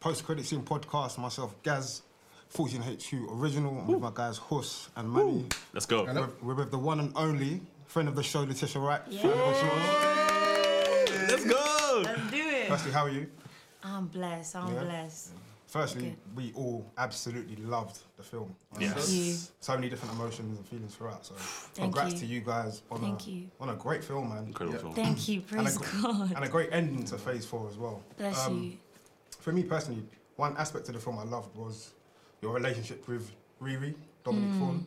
Post credit scene podcast, myself, Gaz, 14HQ original, I'm with my guys, Huss and Manny. Let's go. We're, we're with the one and only friend of the show, Letitia Wright. Fan of the show. Let's go. Let's do it. Firstly, how are you? I'm blessed. I'm Yeah. blessed. Firstly, Okay. we all absolutely loved the film. Yes. you. So many different emotions and feelings throughout. So, congrats you. to you guys on Thank a you. on a great film, man. Incredible film. Thank you. And a, Praise gr- God. and a great ending to Phase Four as well. Bless Um, you. For me personally, one aspect of the film I loved was your relationship with Riri, Dominic Mm. Thorne.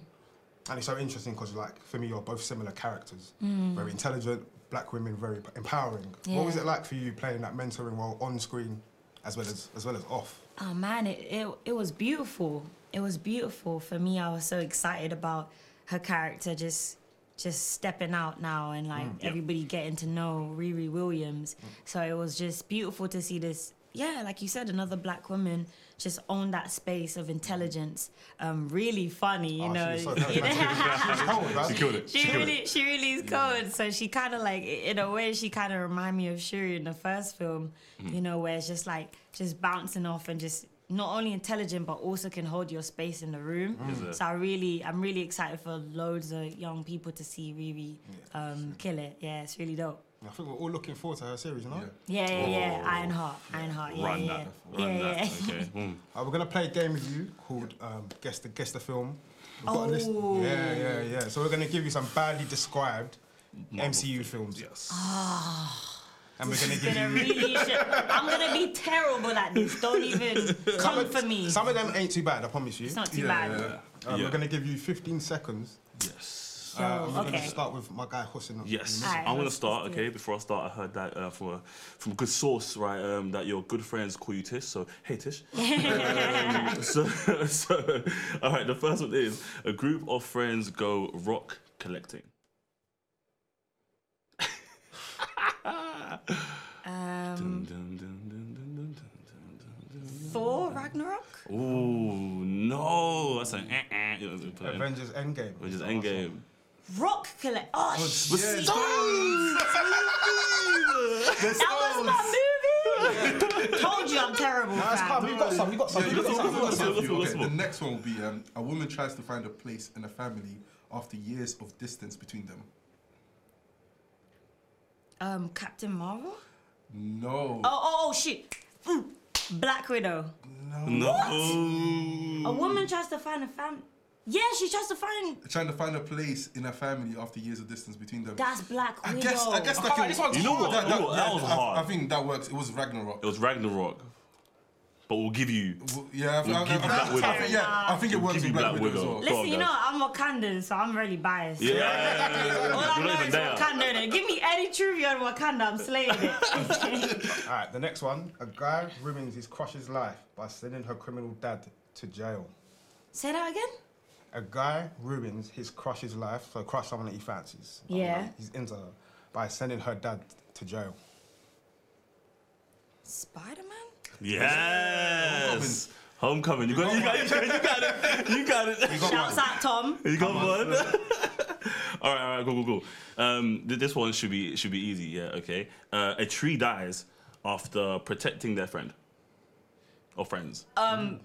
And it's so interesting because, like, for me, you're both similar characters. Very intelligent, black women, very p- empowering. What was Mm. Yeah. it like for you playing that mentoring role on screen, as well as as well as off? Oh man, it, it it was beautiful. It was beautiful for me. I was so excited about her character just just stepping out now and like Mm, everybody getting to know Riri Williams. So it was just beautiful to see this. Yeah, like you said, another black woman just own that space of intelligence. Um, really funny, you Ah, know. she was so charismatic. She was cold, man. She killed it. She, She killed it. really, she really is cold. So she kind of like, in a way, she kind of remind me of Shuri in the first film. You know, where it's just like just bouncing off and just not only intelligent but also can hold your space in the room. sir. So I really, I'm really excited for loads of young people to see Riri um, kill it. Yeah, it's really dope. I think we're all looking forward to her series, you know? Yeah, yeah, yeah. Oh. Ironheart, Ironheart. Yeah, Run yeah, that. yeah. Run yeah, that. yeah. Okay. Mm. Uh, we're gonna play a game with you called um, guess the guess the film. We've got a list. Oh. Yeah, yeah, yeah. So we're gonna give you some badly described MCU films. Yes. And we're gonna give Gonna you really sh- I'm gonna be terrible at this. Don't even come for me. some of them ain't too bad. I promise you. It's not too Yeah, bad. yeah. Um, Yeah. We're gonna give you 15 seconds. Yes. Uh, and So, we're okay. gonna start with my guy Hussein. Yes, Alright, I want to let's- start. let's do Okay, it. before I start, I heard that uh, from a, from a good source, right? Um, that your good friends call you Tish. So hey, Tish. Um, so, so, all right. The first one is a group of friends go rock collecting. Um, Uh, Dun, dun, dun, dun, dun, dun, dun, dun, dun, Thor Ragnarok. dun. Ooh, no, that's an eh, eh. It was- it put in, Avengers Endgame. Which is Endgame. Rock collect. Oh, shit. yeah, that was my movie. Told you I'm terrible. Nah, it's fam. calm. We've got some. We've got some. Yeah, We've you got got some. some, We've you got got some. some, Let's you go, got let's some. go. Okay, the next one will be um, a woman tries to find a place in a family after years of distance between them. Um, Captain Marvel. No. Oh, oh, oh shit. Mm. Black Widow. No. A woman tries to find a fam. Yeah, she tries to find. Trying to find a place in a family after years of distance between them. That's Black I Widow. guess, I guess that Alright, can, this one's You know hard. what? You know what? That was I- hard. I, think that works. It was Ragnarok. It was Ragnarok. But we'll give you. W- yeah, I, think- We'll I, I, give you I, Black think- I Widow. think, yeah, I think it We'll works give with you Black Black Widow as Widow. well. Go Listen, on, you guys. know I'm Wakandan, so I'm really biased. Yeah. We're All I know not is even there. Wakanda. Then Give me any trivia on Wakanda, I'm slaying it. All right, the next one. A guy ruins his crush's life by sending her criminal dad to jail. Say that again. A guy ruins his crush's life, so crush someone that he fancies. I don't Yeah. know, He's into her by sending her dad to jail. Spider Man. Yes. Homecoming. You got, you, got, you, got, you got it. You got it. Shouts out Tom. You got one. all right, all right, go, go, go. Um, th- this one should be should be easy. Yeah, okay. Uh, a tree dies after protecting their friend or friends. Um,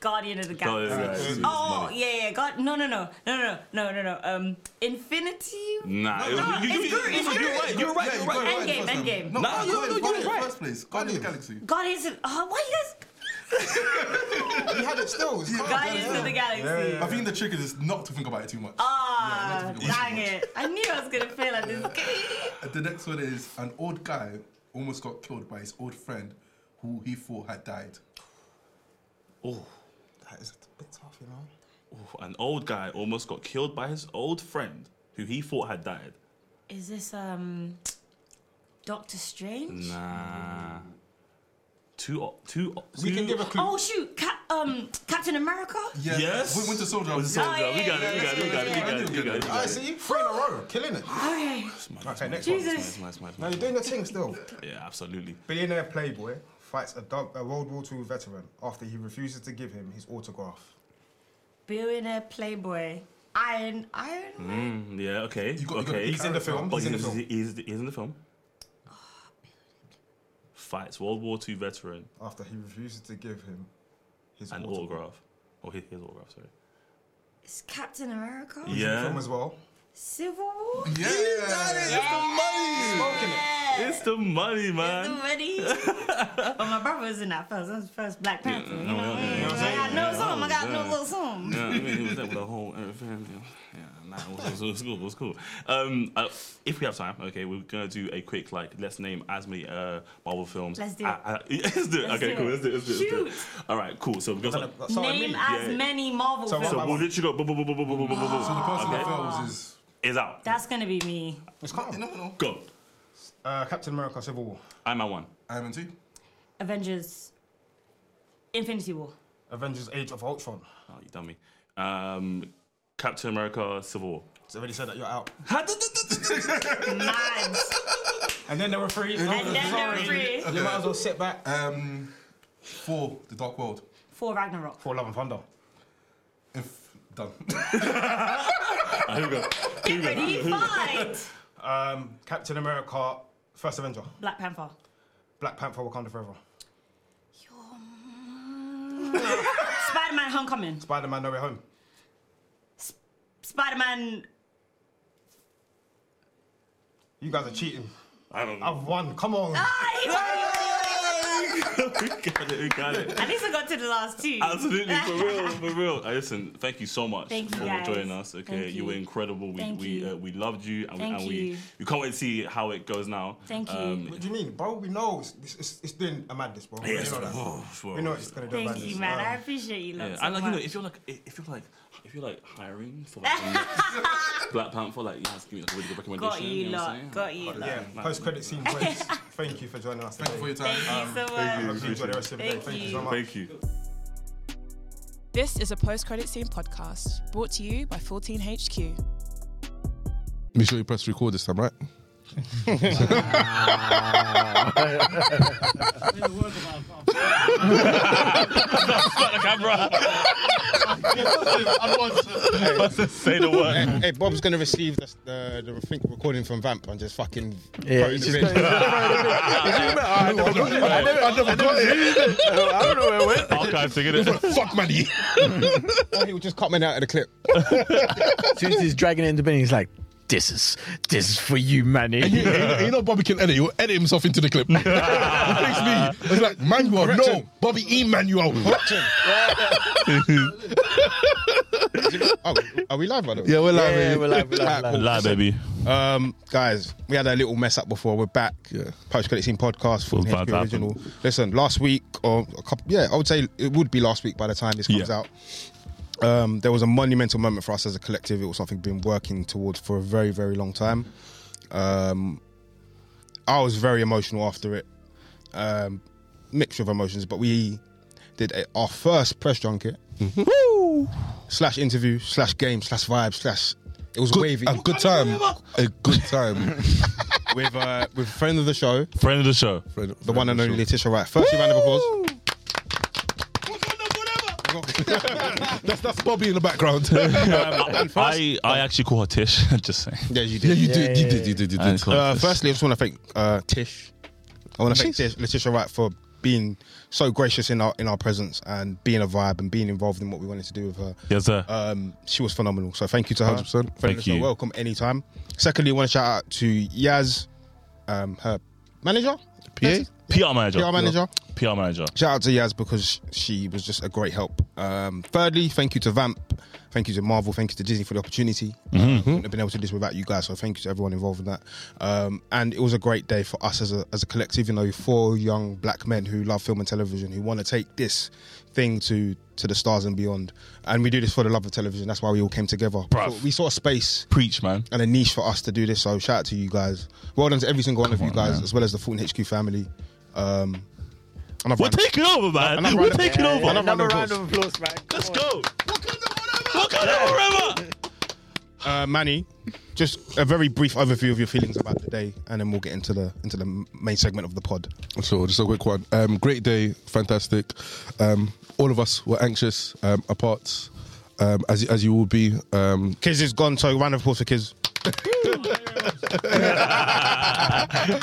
Guardian of the Oh, Galaxy. yeah, yeah, it's- it's Uh, Oh money. yeah, yeah. God, no, no, no, no, no, no, no, no. Um, Infinity. Nah, it was- you- you- it's good, you- it's you're good. right. You're right. Yeah, You're you got right. it right the Endgame, first time. Endgame. No, Nah, I you- got it- no, got you it were right. First place. Guardians of the Galaxy. Guardians. Of, oh, why you guys? He had it still. He's Oh, calm. Guardians of the Galaxy. I think the trick is just not to think about it too much. Ah, Yeah, not to think about dang too much. it! I knew I was gonna fail at this game. The next one is an old guy almost got killed by his old friend who he thought had died. Oh, That is a bit tough, you know. oh, an old guy almost got killed by his old friend who he thought had died. Is this um, Doctor Strange? Nah. Two, o- two. o- We two- can give a clue. Oh shoot, Cap, um, Captain America. Yeah, Yes. Win- Winter Soldier. Winter Soldier. Oh, yeah, we got it. We yeah, got it. We got it. We yeah, got yeah. it. We got it. We I got it. see. Three in a row, killing it. Okay. Okay, next one. Jesus. Nice, nice, nice, Now nice. you're doing your thing still. Yeah, absolutely. Billionaire playboy fights a, dog, a World War II veteran after he refuses to give him his autograph. Billionaire Playboy. Iron, Iron. Man. Mm, yeah. Okay. Oh, got- you got- okay. He's in the film. But He's in the he's, Ah, film. he's, he's in the film. fights. World War II veteran. after he refuses to give him his An autograph. autograph. Oh, Or his, his autograph, sorry. It's Captain America. He's in the Yeah. film as well. Civil War. Yeah. Smoking it. It's the money, It's man. the money. well, my brother was in that first. That was the first Black Panther. you yeah, know what I yeah, mean? yeah. So I got no Yeah, oh, song. I got no yeah. little song. Yeah, I mean, it was that with the whole uh, family. Yeah, nah, it was, it was, it was cool. It was cool. Um, uh, if we have time, okay, we're gonna do a quick like let's name as many uh Marvel films. Let's do I- I- let's do it. Let's okay, do cool. it. Let's do it. Let's do it. Let's do it. Shoot. All right, cool. So because like, That's what I Name mean. as Yeah. many Marvel So what films. so about- we'll literally go. Boom, boom, boom, boom, boom, boom, boom, boom. So the person that Okay. fails is. Is out. That's gonna be me. It's calm. No, no, no. Go. Uh, Captain America Civil War. I'm at one. Iron Man 2. Avengers. Infinity War. Avengers Age of Ultron. Oh, you dummy. Um, Captain America: Civil War. It's already said that you're out. Mad. And then there were three. and then there were three. You might as well sit back. Um, 4. The Dark World. Four Ragnarok. For Love and Thunder. If done. Here we go. Here we go. Ready, fight. Um, Captain America First Avenger. Black Panther. Black Panther Wakanda Forever. Spider-Man: Homecoming. Spider Man No Way Home. Spider-Man. You guys are cheating. I don't know. I've won. Come on. Ah! we got it. We got it. At least I got to the last two. Absolutely, for real, for real. Uh, listen, thank you so much Thank you, for guys. joining us. Okay, Thank you. were you. incredible. We Thank we you. Uh, we loved you, and, Thank we, and we you. we can't wait to see how it goes now. Um, Thank you. What do you mean, bro? We know it's, it's, it's, it's doing a madness, bro. We yes, know that. oh, sure. We know it's going to do a Thank madness. you, man. I Um, appreciate you. Love Yeah, so and like you know, much. if you're like if you're like if you're like hiring for like, the next Black Panther, like you have to give me like, a really good recommendation. got you, you know what I'm lot. saying? Got you, lot. yeah, Like- post credit scene. please. Thank you for joining us Thank you for today. your time. Um, Thank you so much. Hope you enjoy the rest of your day. Thank Thank you you. so much. Thank you. This is a post credit scene podcast brought to you by 14HQ. Make sure you press record this time, right? Say the word. Hey, hey, Bob's gonna receive the, the, the think recording from Vamp and just fucking. Yeah, throw it it's in the just going. bin. I never got it. I never- I never got it. I don't know where it went. Archive to get it. Fuck money. or he'll just cut me out of the clip. As soon as he's dragging it in the bin, he's like, "This is this is for you, Manny." you, you know Bobby can edit. He'll edit himself into the clip. It makes me. It's like Manuel. Correct No, him. Bobby E. Emmanuel. Action. oh, are we live by the way? Yeah, we're live. Yeah, Yeah, we're like, we're like, we're like. Lie, baby. Um, guys, we had a little mess up before. We're back. Yeah. Post credit scene podcast for Well, that the original. Listen, last week or a couple, yeah, I would say it would be last week by the time this comes Yeah. out. Um, there was a monumental moment for us as a collective. It was something we've been working towards for a very, very long time. Um, I was very emotional after it. Um, mixture of emotions, but we did a, our first press junket slash interview slash game slash vibe slash. It was wavy A good time. A good time. with uh, with a friend of the show, Friend of the show. Friend- the one and friend only of the Letitia Wright. First round of applause. show. That's that's Bobby in the background. I, I actually call her Tish. Just saying. Yeah, you yeah, did. you did. You did. You did. You did. Uh, firstly, I just want to thank uh, Tish. I want to thank She's- Tish, Letitia Wright for being so gracious in our in our presence and being a vibe and being involved in what we wanted to do with her. Yes, sir. Um, she was phenomenal. So thank you to her. 100%. Friend of Thank the show, you. Welcome anytime. Secondly, I want to shout out to Yaz, um, her manager, PA? PR manager. PR manager. PR manager. Shout out to Yaz because she was just a great help. Um, thirdly, thank you to Vamp. Thank you to Marvel. Thank you to Disney for the opportunity. Um, wouldn't have been able to do this without you guys. So thank you to everyone involved in that. Um, and it was a great day for us as a, as a collective. You know, four young black men who love film and television, who want to take this thing to to the stars and beyond. And we do this for the love of television. That's why we all came together. Bruv. So we saw a space Preach, man. and a niche for us to do this. So shout out to you guys. Well done to every single one of you guys, as well as the Fulton HQ family. Um, another We're round of- taking over, man. Another We're round of- taking Yeah, over. yeah, Another Another round round of of applause, man. Let's go. Wakanda forever. uh, Manny, just a very brief overview of your feelings about the day, and then we'll get into the into the m- main segment of the pod. So just a quick one. Um, great day, fantastic. Um, all of us were anxious um, apart, um, as as you will be. Um, Kiz is gone, so round of applause for Kiz.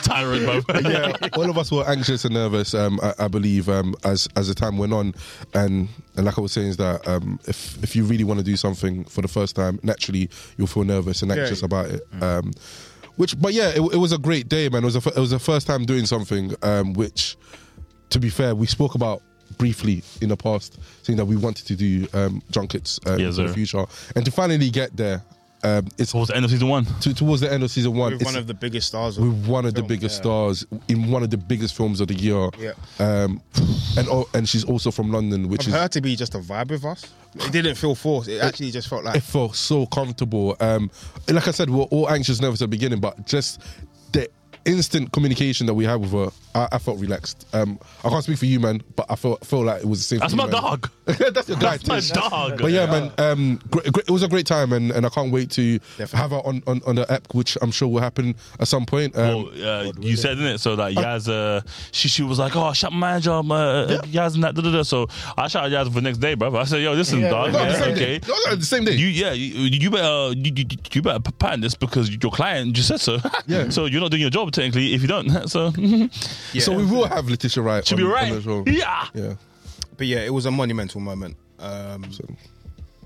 Tyrant moment. yeah, all of us were anxious and nervous. Um, I, I believe um, as as the time went on, and, and like I was saying, is that um, if if you really want to do something for the first time, naturally you'll feel nervous and anxious about it. Um, which, but yeah, it, it was a great day, man. It was a, it was the first time doing something, um, which, to be fair, we spoke about briefly in the past, saying that we wanted to do um, junkets um, Yes, in sir. the future, and to finally get there, um, it's Towards the end of season one. to, towards the end of season one. with it's- one of the biggest stars. with one of the film, biggest yeah. stars in one of the biggest films of the year. Yeah. Um, and oh, and she's also from London, which Of is her to be just a vibe with us, it didn't feel forced. It actually just felt I like felt so comfortable. Um, like I said, we are all anxious, nervous at the beginning, but just the instant communication that we had with her, I, I felt relaxed. Um, I can't speak for you, man, but I felt felt like it was the same. That's for my you, man. dog. That's your guy. That's my Tish. dog. But yeah, man, um, gr- gr- it was a great time, and, and I can't wait to have her on, on, on the app, which I'm sure will happen at some point. Um, Well, uh, you said in it so that Uh-huh. Yaz, uh, she she was like, oh, I shot my manager, um, uh, Yaz and that, da, da, da. so I shot Yaz for the next day, brother. I said, yo, listen, dog, no, the yeah, same okay, day. No, no, the same day. you yeah, you, you better uh, you, you, you better patent this because your client just said so. Yeah. so you're not doing your job technically if you don't. So So we will have Letitia Wright. should on, be On the right. show. Yeah. Yeah. But yeah, it was a monumental moment. Um,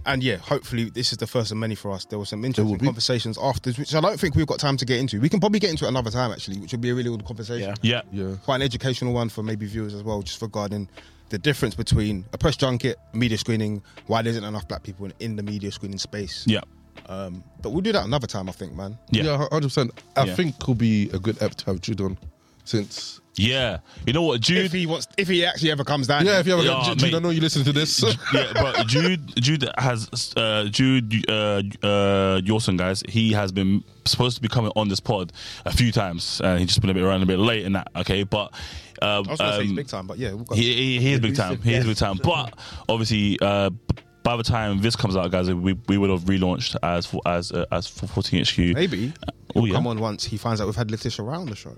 and yeah, hopefully this is the first of many for us. There were some interesting be. conversations afterwards, which I don't think we've got time to get into. We can probably get into it another time actually, which would be a really good conversation. Yeah. Yeah. Yeah. Quite an educational one for maybe viewers as well, just regarding the difference between a press junket, media screening, why there isn't enough black people in, in the media screening space. Yeah. Um, but we'll do that another time, I think, man. Yeah. Yeah, hundred percent. I Yeah. think could be a good app to have Jude on, since Yeah. You know what, Jude? If he wants, if he actually ever comes down, yeah, if you have a Yeah, Jude, mate. I know you listen to this. yeah, but Jude Jude has uh, Jude uh, uh, Yorson, guys. He has been supposed to be coming on this pod a few times, and he's just been a bit around a bit late in that. Okay, but um, I was gonna say he's um, big time, but yeah, we've got he, he, he is big time. He is big time. But obviously, uh, b- by the time this comes out, guys, we, we would have relaunched as for, as uh, as for 14 HQ. maybe. Oh, he'll yeah. Come on once he finds out we've had Letitia around the show.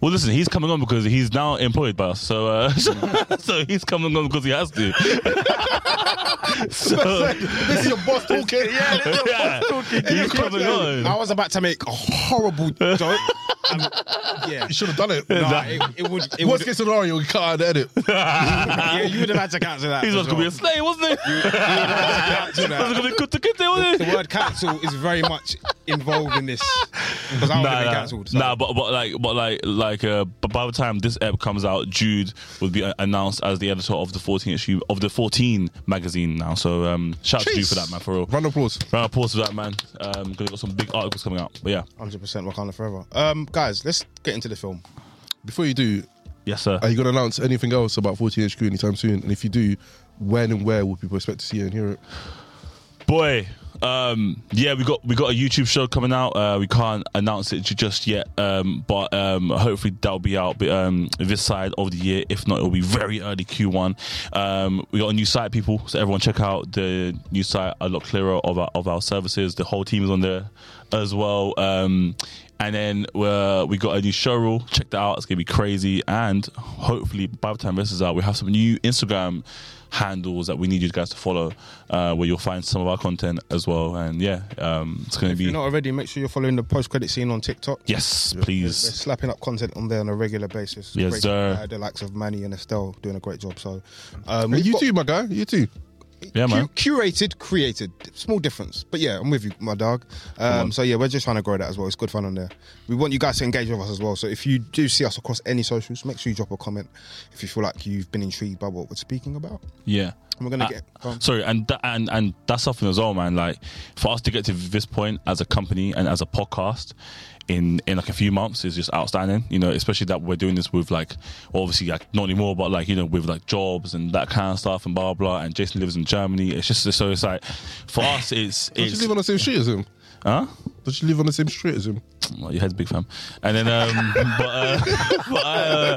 Well, listen, he's coming on because he's now employed by us. So, uh, so, so he's coming on because he has to. so, this is your boss talking. yeah, yeah, he's coming on. I was about to make a horrible joke. Um, yeah. you should have done it. Nah, it, it would. It Worst would case scenario, we can't edit. yeah, you would have had to cancel that. He was for gonna be a sure. slave, wasn't it? You would have had to cancel was that. gonna be good to get there, wasn't The it? word cancel is very much involved in this because I would have been cancelled. so. nah, but but like but like like uh, but by the time this app comes out, Jude will be uh, announced as the editor of the 14 issue of the 14 magazine now. So um, shout out to Jude for that man for real. Round of applause. Round of applause for that man. Um, 'cause we've got some big articles coming out. But yeah, 100% Wakanda forever. Um, guys, let's get into the film. Before you do, yes sir. are you gonna announce anything else about 14 HQ anytime soon? And if you do, when and where will people expect to see it and hear it? boy um yeah we got we got a youtube show coming out uh we can't announce it ju- just yet um but um hopefully that'll be out but, um this side of the year if not it'll be very early q1 um we got a new site people so everyone check out the new site a lot clearer of our, of our services the whole team is on there as well um and then uh, we got a new show rule. Check that out. It's going to be crazy. And hopefully, by the time this is out, we have some new Instagram handles that we need you guys to follow, uh, where you'll find some of our content as well. And yeah, um, it's going to If you're be. not already, make sure you're following the post credit scene on TikTok. Yes, They're please. slapping up content on there on a regular basis. Yes, Great. sir. Uh, the likes of Manny and Estelle doing a great job. So, um, And we've you got- too, my guy. You too. Yeah, Cu- man. curated, created. Small difference. But yeah, I'm with you, my dog. Um, so yeah, we're just trying to grow that as well. It's good fun on there. We want you guys to engage with us as well. So if you do see us across any socials, make sure you drop a comment if you feel like you've been intrigued by what we're speaking about. Yeah. And we're going to Uh, get. go on. Sorry, and tha- and and that's something as well, man. Like for us to get to this point as a company and as a podcast in in like a few months is just outstanding. You know, especially that we're doing this with like obviously like not anymore, but like you know with like jobs and that kind of stuff and blah blah. And Jason lives in Germany. It's just so it's like for us, it's Don't you it's live on the same street as him? huh. Don't you live on the same street as him? Well, your head's big, fam. And then um, but uh, but, uh,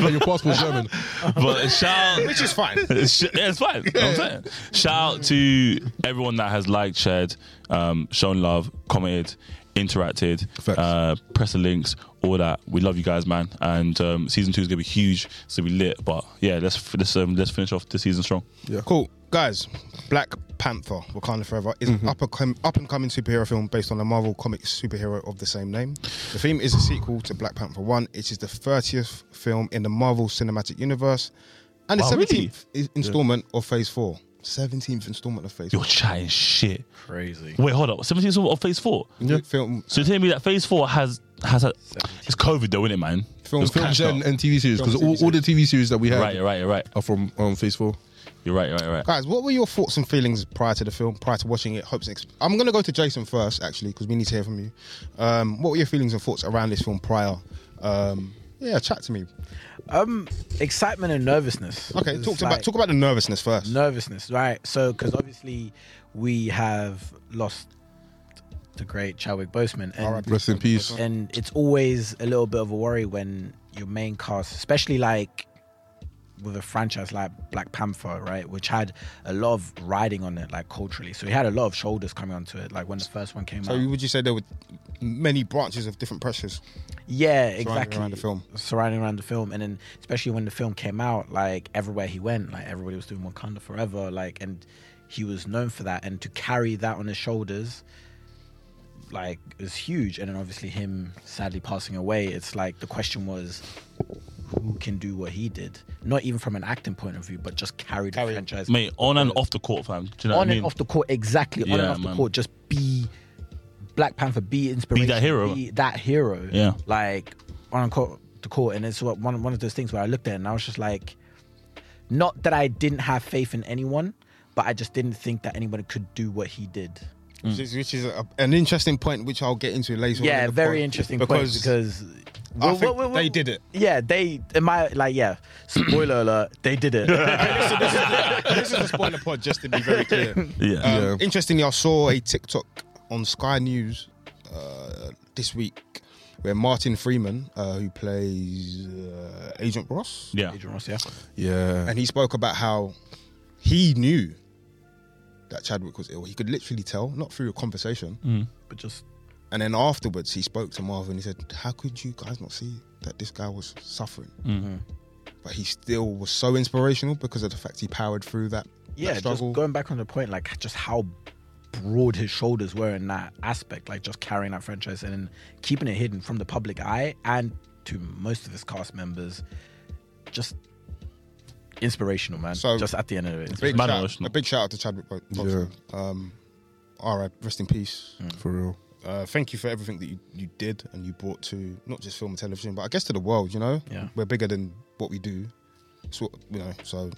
Like your passport's German. but shout Which is fine. Sh- yeah, it's fine. You know what I'm saying? Shout out to everyone that has liked, shared, um, shown love, commented, interacted, Facts. uh, pressed the links, all that. We love you guys, man. And um, season two is gonna be huge. So we lit. But yeah, let's let's um, let's finish off this season strong. Cool. Guys, Black Panther, Wakanda Forever, is Mm-hmm. an up and, com- up and coming superhero film based on the Marvel Comics superhero of the same name. The theme is a sequel to Black Panther 1. It is the 30th film in the Marvel Cinematic Universe and the Wow, really? 17th i- installment of Phase 4. 17th installment of Phase You're 4. chatting shit. Crazy. Wait, hold up. 17 of phase four. Film, So you're telling me that phase four has has a, it's COVID though, isn't it, man? film, It's film catch Gen up. and TV series because Film, all, TV all the TV series that we had Right, you're right, you're right. are from um, Phase Four. You're right, you're right, you're right. Guys, what were your thoughts and feelings prior to the film, prior to watching it? Hopes and exp- I'm going to go to Jason first, actually, because we need to hear from you. Um, what were your feelings and thoughts around this film prior? Um, yeah, chat to me. Um, excitement and nervousness. Okay, It's talk to like- about talk about the nervousness first. nervousness, right? So, because obviously we have lost the great Chadwick Boseman, and Rest in peace. and it's always a little bit of a worry when your main cast, especially like with a franchise like Black Panther, right, which had a lot of riding on it, like culturally. So he had a lot of shoulders coming onto it, like when the first one came So, out. you- would you say there were many branches of different pressures? yeah, exactly. around the film. Surrounding around the film, and then especially when the film came out, like everywhere he went, like everybody was doing Wakanda Forever, like and he was known for that, and to carry that on his shoulders, like is huge. And then obviously him sadly passing away, it's like the question was. Who can do what he did? Not even from an acting point of view, but just carry the franchise Mate, on and off the court, fam. Do you know on what I mean? and off the court, exactly. on and Yeah, off the man. court, just be Black Panther, be inspiration, hero. be that hero. Yeah. like on and court, the court, and it's what- one one of those things where I looked at it and I was just like, not that I didn't have faith in anyone, but I just didn't think that anybody could do what he did. Which is, which is a, an interesting point, which I'll get into later. on Mm. yeah, in the very pod, interesting because because. I think they did it. Yeah, they. In my like, yeah. Spoiler alert: they did it. this is a spoiler pod, just to be very clear. Yeah. Um, Yeah. Interestingly, I saw a TikTok on Sky News uh, this week where Martin Freeman, uh, who plays uh, Agent Ross, yeah. Adrian Ross, yeah. Yeah, and he spoke about how he knew that Chadwick was ill. He could literally tell, not through a conversation. But just And then afterwards, he spoke to Marvin. and he said, "How could you guys not see that this guy was suffering?" But he still was so inspirational because of the fact he powered through that, yeah, that struggle. just going back on the point, like just how broad his shoulders were in that aspect, like just carrying that franchise and keeping it hidden from the public eye and to most of his cast members, just inspirational, man. So- just at the end of it, big Man shout, emotional. a big shout out to Chadwick Bo- Boseman. Um, all right, rest in peace. for real. Uh, thank you for everything that you, you did and you brought to not just film and television, but I guess to the world. You know, Yeah. we're bigger than what we do. So you know, so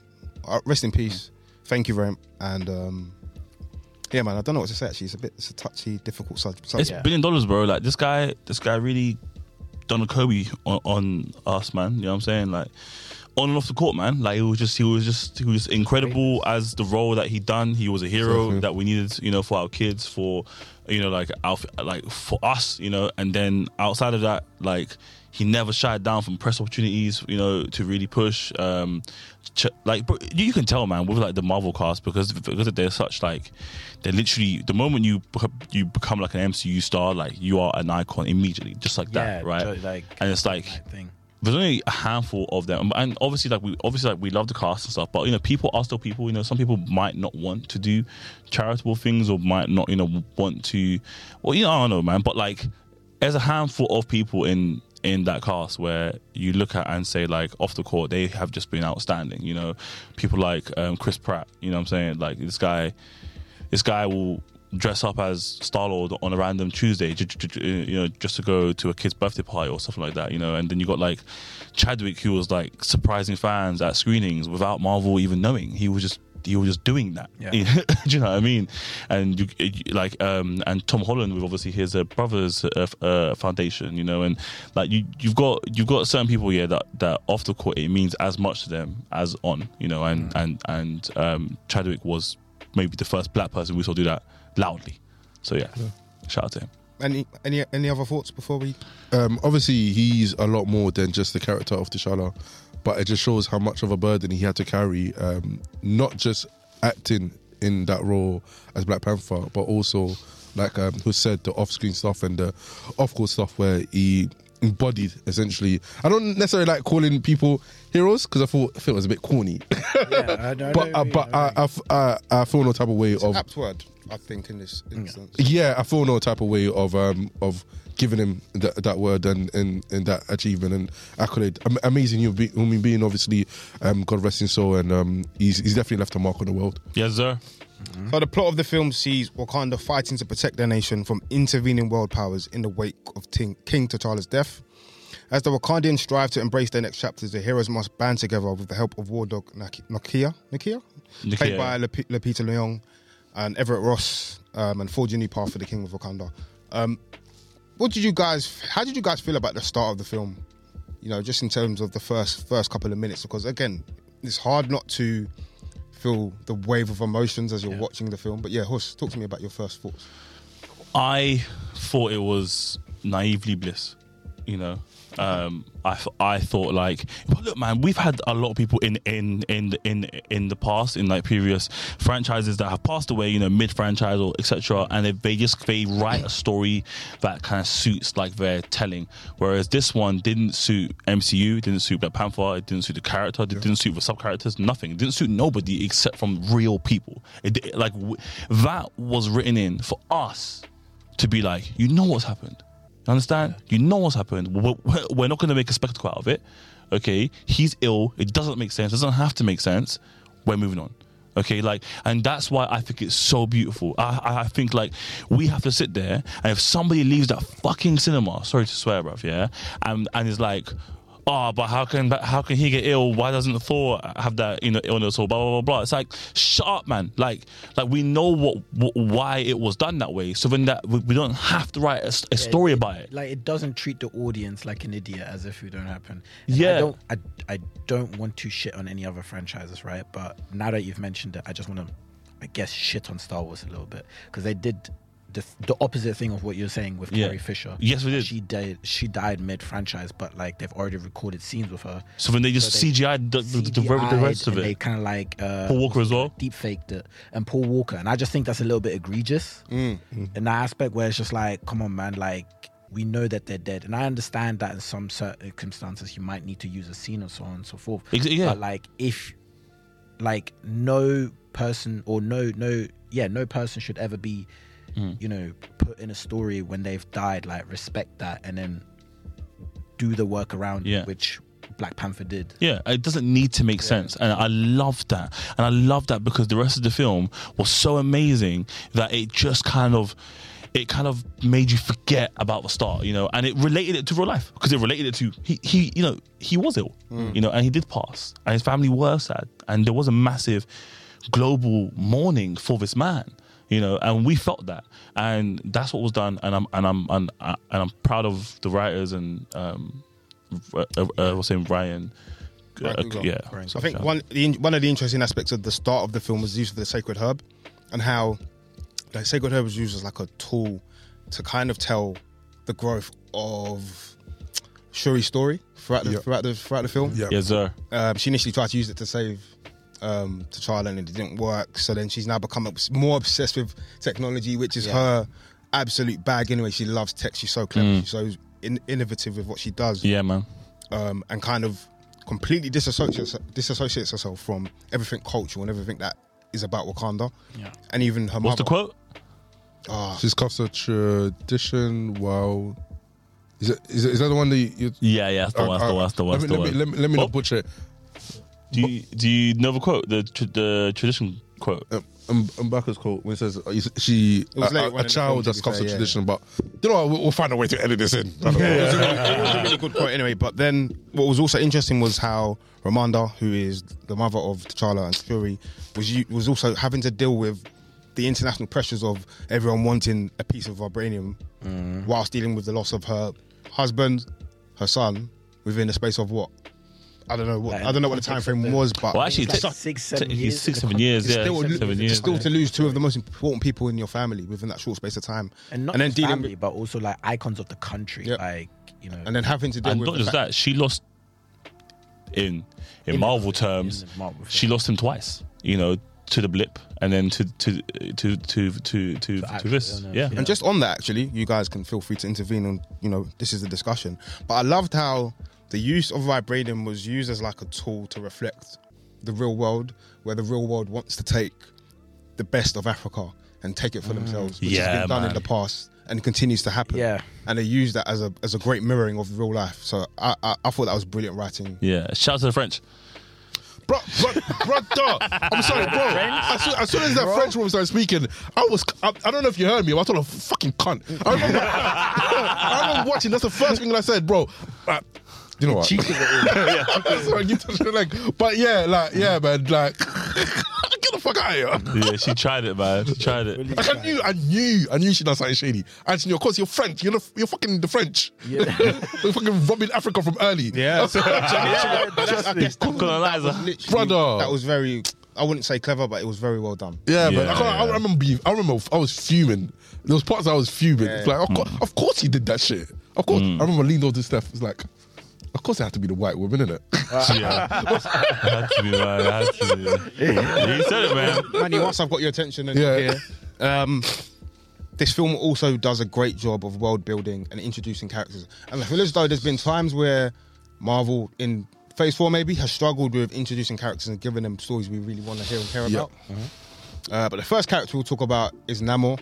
uh, rest in peace. Thank you very much. And um, yeah, man, I don't know what to say. Actually, it's a bit, it's a touchy, difficult sub- subject. It's billion dollars, bro. Like this guy, this guy really done a Kobe on, on us, man. You know what I'm saying? Like on and off the court, man. Like he was just, he was just, he was incredible as the role that he done. He was a hero Exactly. that we needed, you know, for our kids, for you know, like our, like for us, you know. And then outside of that, like he never shied down from press opportunities, you know, to really push. Um, ch- like bro, you you can tell, man, with like the Marvel cast because because they're such like they're literally the moment you bec- you become like an MCU star, like you are an icon immediately, just like that, Yeah, right? ju- like- and it's like thing. there's only a handful of them, and obviously, like we obviously like we love the cast and stuff, but you know, people are still people. You know, some people might not want to do charitable things or might not, you know, want to. Well, you know, I don't know, man. But like, there's a handful of people in in that cast where you look at and say like off the court they have just been outstanding you know people like um, chris pratt you know what i'm saying like this guy this guy will dress up as Star Lord on a random Tuesday, ju- ju- ju- you know, just to go to a kid's birthday party or something like that, you know. And then you got like Chadwick, who was like surprising fans at screenings without Marvel even knowing. He was just he was just doing that. Yeah. do you know what I mean? And you, you- like um and Tom Holland with obviously his uh, brothers uh, f- uh, foundation, you know, and like you you've got you've got certain people here that that off the court it means as much to them as on, you know, and and and um Chadwick was maybe the first black person we saw do that loudly. So yeah, shout out to him. Any any any other thoughts before we? Um, obviously, he's a lot more than just the character of T'Challa, but it just shows how much of a burden he had to carry, um, not just acting in that role as Black Panther, but also, like um, who said, the off-screen stuff and the off-court stuff where he embodied essentially. I don't necessarily like calling people heroes because I thought I feel it was a bit corny. Yeah, I don't but know, uh, but yeah, I, I, f- I, I feel no type of way of Apt word, I think, in this instance. yeah I feel no type of way of um of giving him that, that word and, and and that achievement and accolade. Am- amazing you be, human being obviously. Um, God rest his soul and um he's he's definitely left a mark on the world. Yes, sir. Mm-hmm. So the plot of the film sees Wakanda fighting to protect their nation from intervening world powers in the wake of Ting- King T'Challa's death. As the Wakandians strive to embrace their next chapters, the heroes must band together with the help of War Dog Naki- Nakia, Nakia, Nakia. played by Lep- Lupita Nyong and Everett Ross, um, and forge a new path for the King of Wakanda. Um, what did you guys? How did you guys feel about the start of the film? You know, just in terms of the first first couple of minutes, because again, it's hard not to feel the wave of emotions as you're watching the film. But yeah, Huss, talk to me about your first thoughts. I thought it was naively bliss, you know. Um, I th- I thought like, but look, man, we've had a lot of people in in in in in the past in like previous franchises that have passed away, you know, mid franchise or etc. And they, they just they write a story that kind of suits like their telling. Whereas this one didn't suit MCU, didn't suit Black Panther, it didn't suit the character, it didn't suit the sub characters, nothing. It didn't suit nobody except from real people. It, di- like w- that was written in for us to be like, you know what's happened. You understand? You know what's happened. We're, we're- we're not going to make a spectacle out of it. Okay, he's ill. It doesn't make sense. doesn't have to make sense. We're moving on. Okay, like, and that's why I think it's so beautiful. I, I- I think like we have to sit there, and if somebody leaves that fucking cinema, sorry to swear, bruv, yeah, and and is like, oh, but how can that, how can he get ill? Why doesn't Thor have that you know illness or blah blah blah blah? It's like shut up, man. Like like we know what, wh- why it was done that way. So then that we, we don't have to write a, s- a story about it. Like it doesn't treat the audience like an idiot as if it don't happen. Yeah. I don't I, I don't want to shit on any other franchises, right? But now that you've mentioned it, I just want to I guess shit on Star Wars a little bit because they did the, the opposite thing of what you're saying with Yeah. Carrie Fisher. Yes, we did. She died she died mid franchise, but like they've already recorded scenes with her. So then they just So they- CGI the, the, the, ver- the rest of and They it. kind of like uh, Paul Walker as well. deep faked it, and Paul Walker, and I just think that's a little bit egregious Mm. in that aspect where it's just like, come on, man, like we know that they're dead, and I understand that in some circumstances you might need to use a scene or so on and so forth. Ex- yeah. But like if like no person or no no yeah no person should ever be Mm. you know put in a story when they've died like respect that and then do the work around Yeah. which black panther did Yeah, it doesn't need to make sense. And I love that. And I love that because the rest of the film was so amazing that it just kind of it kind of made you forget about the start, you know, and it related it to real life because it related it to he, he you know, he was ill, you know, and he did pass and his family were sad and there was a massive global mourning for this man, you know, and we felt that, and that's what was done, and I'm and I'm and, I- and I'm proud of the writers and um, uh, uh, uh, what's his name Ryan, Ryan uh, Coogler. yeah, I think one the, in- one of the interesting aspects of the start of the film was the use of the sacred herb, and how the sacred herb was used as like a tool to kind of tell the growth of Shuri's story throughout the Yeah. throughout the throughout the film. Yeah. yes sir, Um, she initially tried to use it to save um, T'Challa, and it didn't work. So then she's now become obs- more obsessed with technology, which is her absolute bag. Anyway, she loves tech. She's so clever. She's so in- innovative with what she does Mm. yeah man, um, and kind of completely disassociates disassociates herself from everything cultural and everything that is about Wakanda. Yeah. And even her what's mother. the quote? Ah, She's cuffs a uh, tradition while. Is it is, it, is that the one that you? Yeah, yeah, that's the Uh, one, that's the uh, one, that's the one. let That's the one. me- Let me let me, let me Oh. not butcher it. Do you do you know the quote, the tr- the tradition quote? Um, um, Mbaka's quote when it says uh, you- she was a, later a- on in a the film, child to that's be cuffs fair, a yeah. tradition, but you know what, we'll, we'll find a way to edit this in. I don't know. It was a really- it was a really good point anyway. But then what was also interesting was how Ramonda, who is the mother of T'Challa and Fury, was u- was also having to deal with the international pressures of everyone wanting a piece of vibranium Mm. whilst dealing with the loss of her husband, her son, within the space of what? I don't know what I don't know what the time frame was, but Well, actually, It's te- like six, seven technically years six, in the seven years, context. yeah, still, six, seven years. still to lose two of the most important people in your family within that short space of time, and not then just dealing family, with, but also like icons of the country, Yep. like you know, and then having to deal and with not the just fact- that, she lost in in, Marvel terms. in the Marvel she film. lost him twice. You know, to the blip and then to to to to to to, to actual this. illness, Yeah. yeah. And just on that, actually, you guys can feel free to intervene, and you know this is the discussion. But I loved how the use of vibrating was used as like a tool to reflect the real world, where the real world wants to take the best of Africa and take it Mm. for themselves, which Mm. Yeah, has been done man. in the past and continues to happen. Yeah. and they use that as a as a great mirroring of real life. So I I, I thought that was brilliant writing. Yeah. Shout out to the French. Bro, bro, brother, I'm sorry, bro. As soon as, soon as that French woman started speaking, I was, I, I don't know if you heard me, but I told her, fucking cunt. I remember, I remember watching, that's the first thing that I said, bro. Uh, you know what? Sorry, you touched my leg. But yeah, like, yeah, man, like, get the fuck out of here. Yeah, she tried it, man. She tried it. Like I knew, I knew, I knew she done something shady. Anthony, of course, you're French. You're, the, you're fucking the French. Yeah. you're fucking robbing Africa from early. Yeah, Colonizer. Brother. that was very. I wouldn't say clever, but it was very well done. Yeah, man. Yeah, I, can't, I yeah. remember being, I remember I was fuming. There was parts I was fuming. It's like, of, cour- of course he did that shit. Of course. Mm. I remember leaning over to Steph. It's like, of course it had to be the white woman, innit? Had to be, man. Had to be. He said it, man. Manny, once I've got your attention, and Yeah. yeah. Um, this film also does a great job of world building and introducing characters. And I feel as though there's been times where Marvel in Phase Four maybe has struggled with introducing characters and giving them stories we really want to hear and care Yeah. about. Mm-hmm. Uh, but the first character we'll talk about is Namor,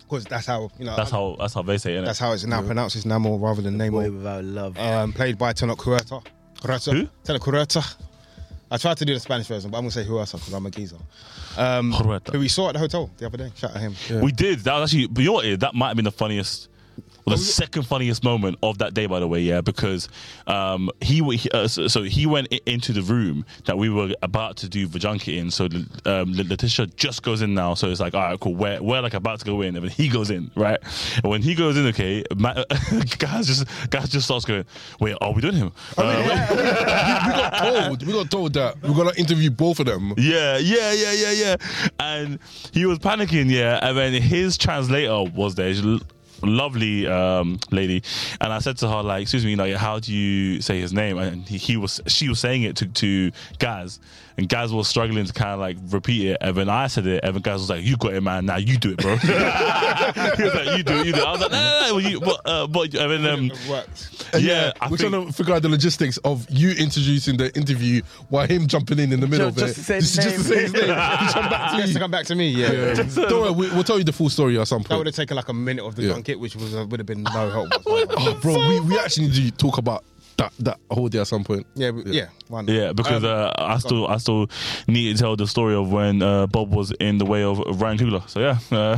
because that's how you know That's how that's how they say it. that's innit? how it's now pronounced. It's Namor rather than Boy Namor. without love. Um, played by Tenok Kurata. Kurata. Who? Tenok Kurata. I tried to do the Spanish version, but I'm gonna say who else because I'm a geezer. Um, Kurata. Who we saw at the hotel the other day. Shout out him. We did. That was actually. But you know what? it is? That might have been the funniest. Well, the second funniest moment of that day, by the way, yeah, because um, he wa- he- uh, so, so he went i- into the room that we were about to do the junket in. So um, Le- Letitia just goes in now, so it's like, all right, cool. We're, we're like about to go in, and then he goes in, right? And when he goes in, okay, Ma- guys just guys just starts going, wait, are we doing him? Uh, we got told, we got told that we're going to interview both of them. yeah, yeah, yeah, yeah, yeah. And he was panicking, yeah. And then his translator was there. She's a l- lovely um, lady. And I said to her, like, excuse me, like, how do you say his name? And he, he was, she was saying it to, to Gaz. And Gaz was struggling to kind of like repeat it. And then I said it. And then Gaz was like, you got it, man. Now you do it, bro. he was like, you do it, you do it. I was like, no, no, no. well, you, but, uh, but, and then, um, It worked. yeah, I we're think- trying to figure out the logistics of you introducing the interview while him jumping in in the middle of Just- just it. to say his just to name. say his name. Just come back to Just to me. come back to me, yeah. Yeah. Don't worry, we, we'll tell you the full story at some That would point. have taken like a minute of the Yeah. junket, which was uh, would have been no help. Oh, bro, we, we actually need to talk about that that whole day at some point. yeah, we- yeah, why not? Yeah, because Um, uh, I still I still need to tell the story of when uh, Bob was in the way of Ryan Coogler. So yeah, uh,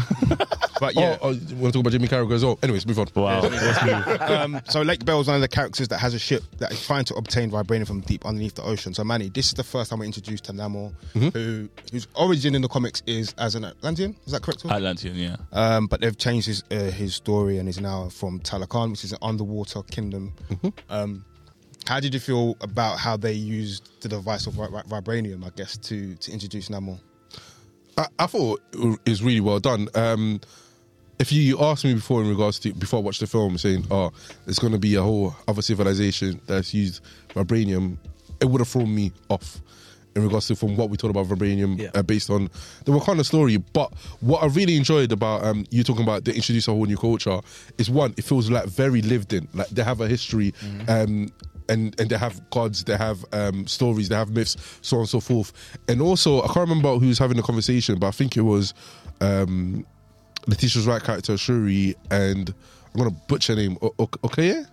but yeah. Oh, oh, you want to talk about Jimmy Carragher as well? Anyways, move on. wow. Let's move. um, so Lake Bell's one of the characters that has a ship that is trying to obtain vibranium from deep underneath the ocean. So Manny, this is the first time we're introduced to Namor, who whose origin in the comics is as an Atlantean. Is that correct? Will? Atlantean, yeah. Um, but they've changed his uh, his story and is now from Talakan, which is an underwater kingdom. Um, how did you feel about how they used the device of vi- vi- vibranium, I guess, to to introduce Namor? I, I thought it was really well done. Um, if you asked me before in regards to before I watched the film, saying, "Oh, it's going to be a whole other civilization that's used vibranium," it would have thrown me off in regards to from what we talked about vibranium Yeah. uh, based on the Wakanda story. But what I really enjoyed about um, you talking about they introduce a whole new culture is one, it feels like very lived in. Like they have a history. Um, and, and they have gods, they have um, stories, they have myths, so on and so forth. And also, I can't remember who was having the conversation, but I think it was um, Letitia's right character Shuri and I'm gonna butcher her name. O- O- Okoye?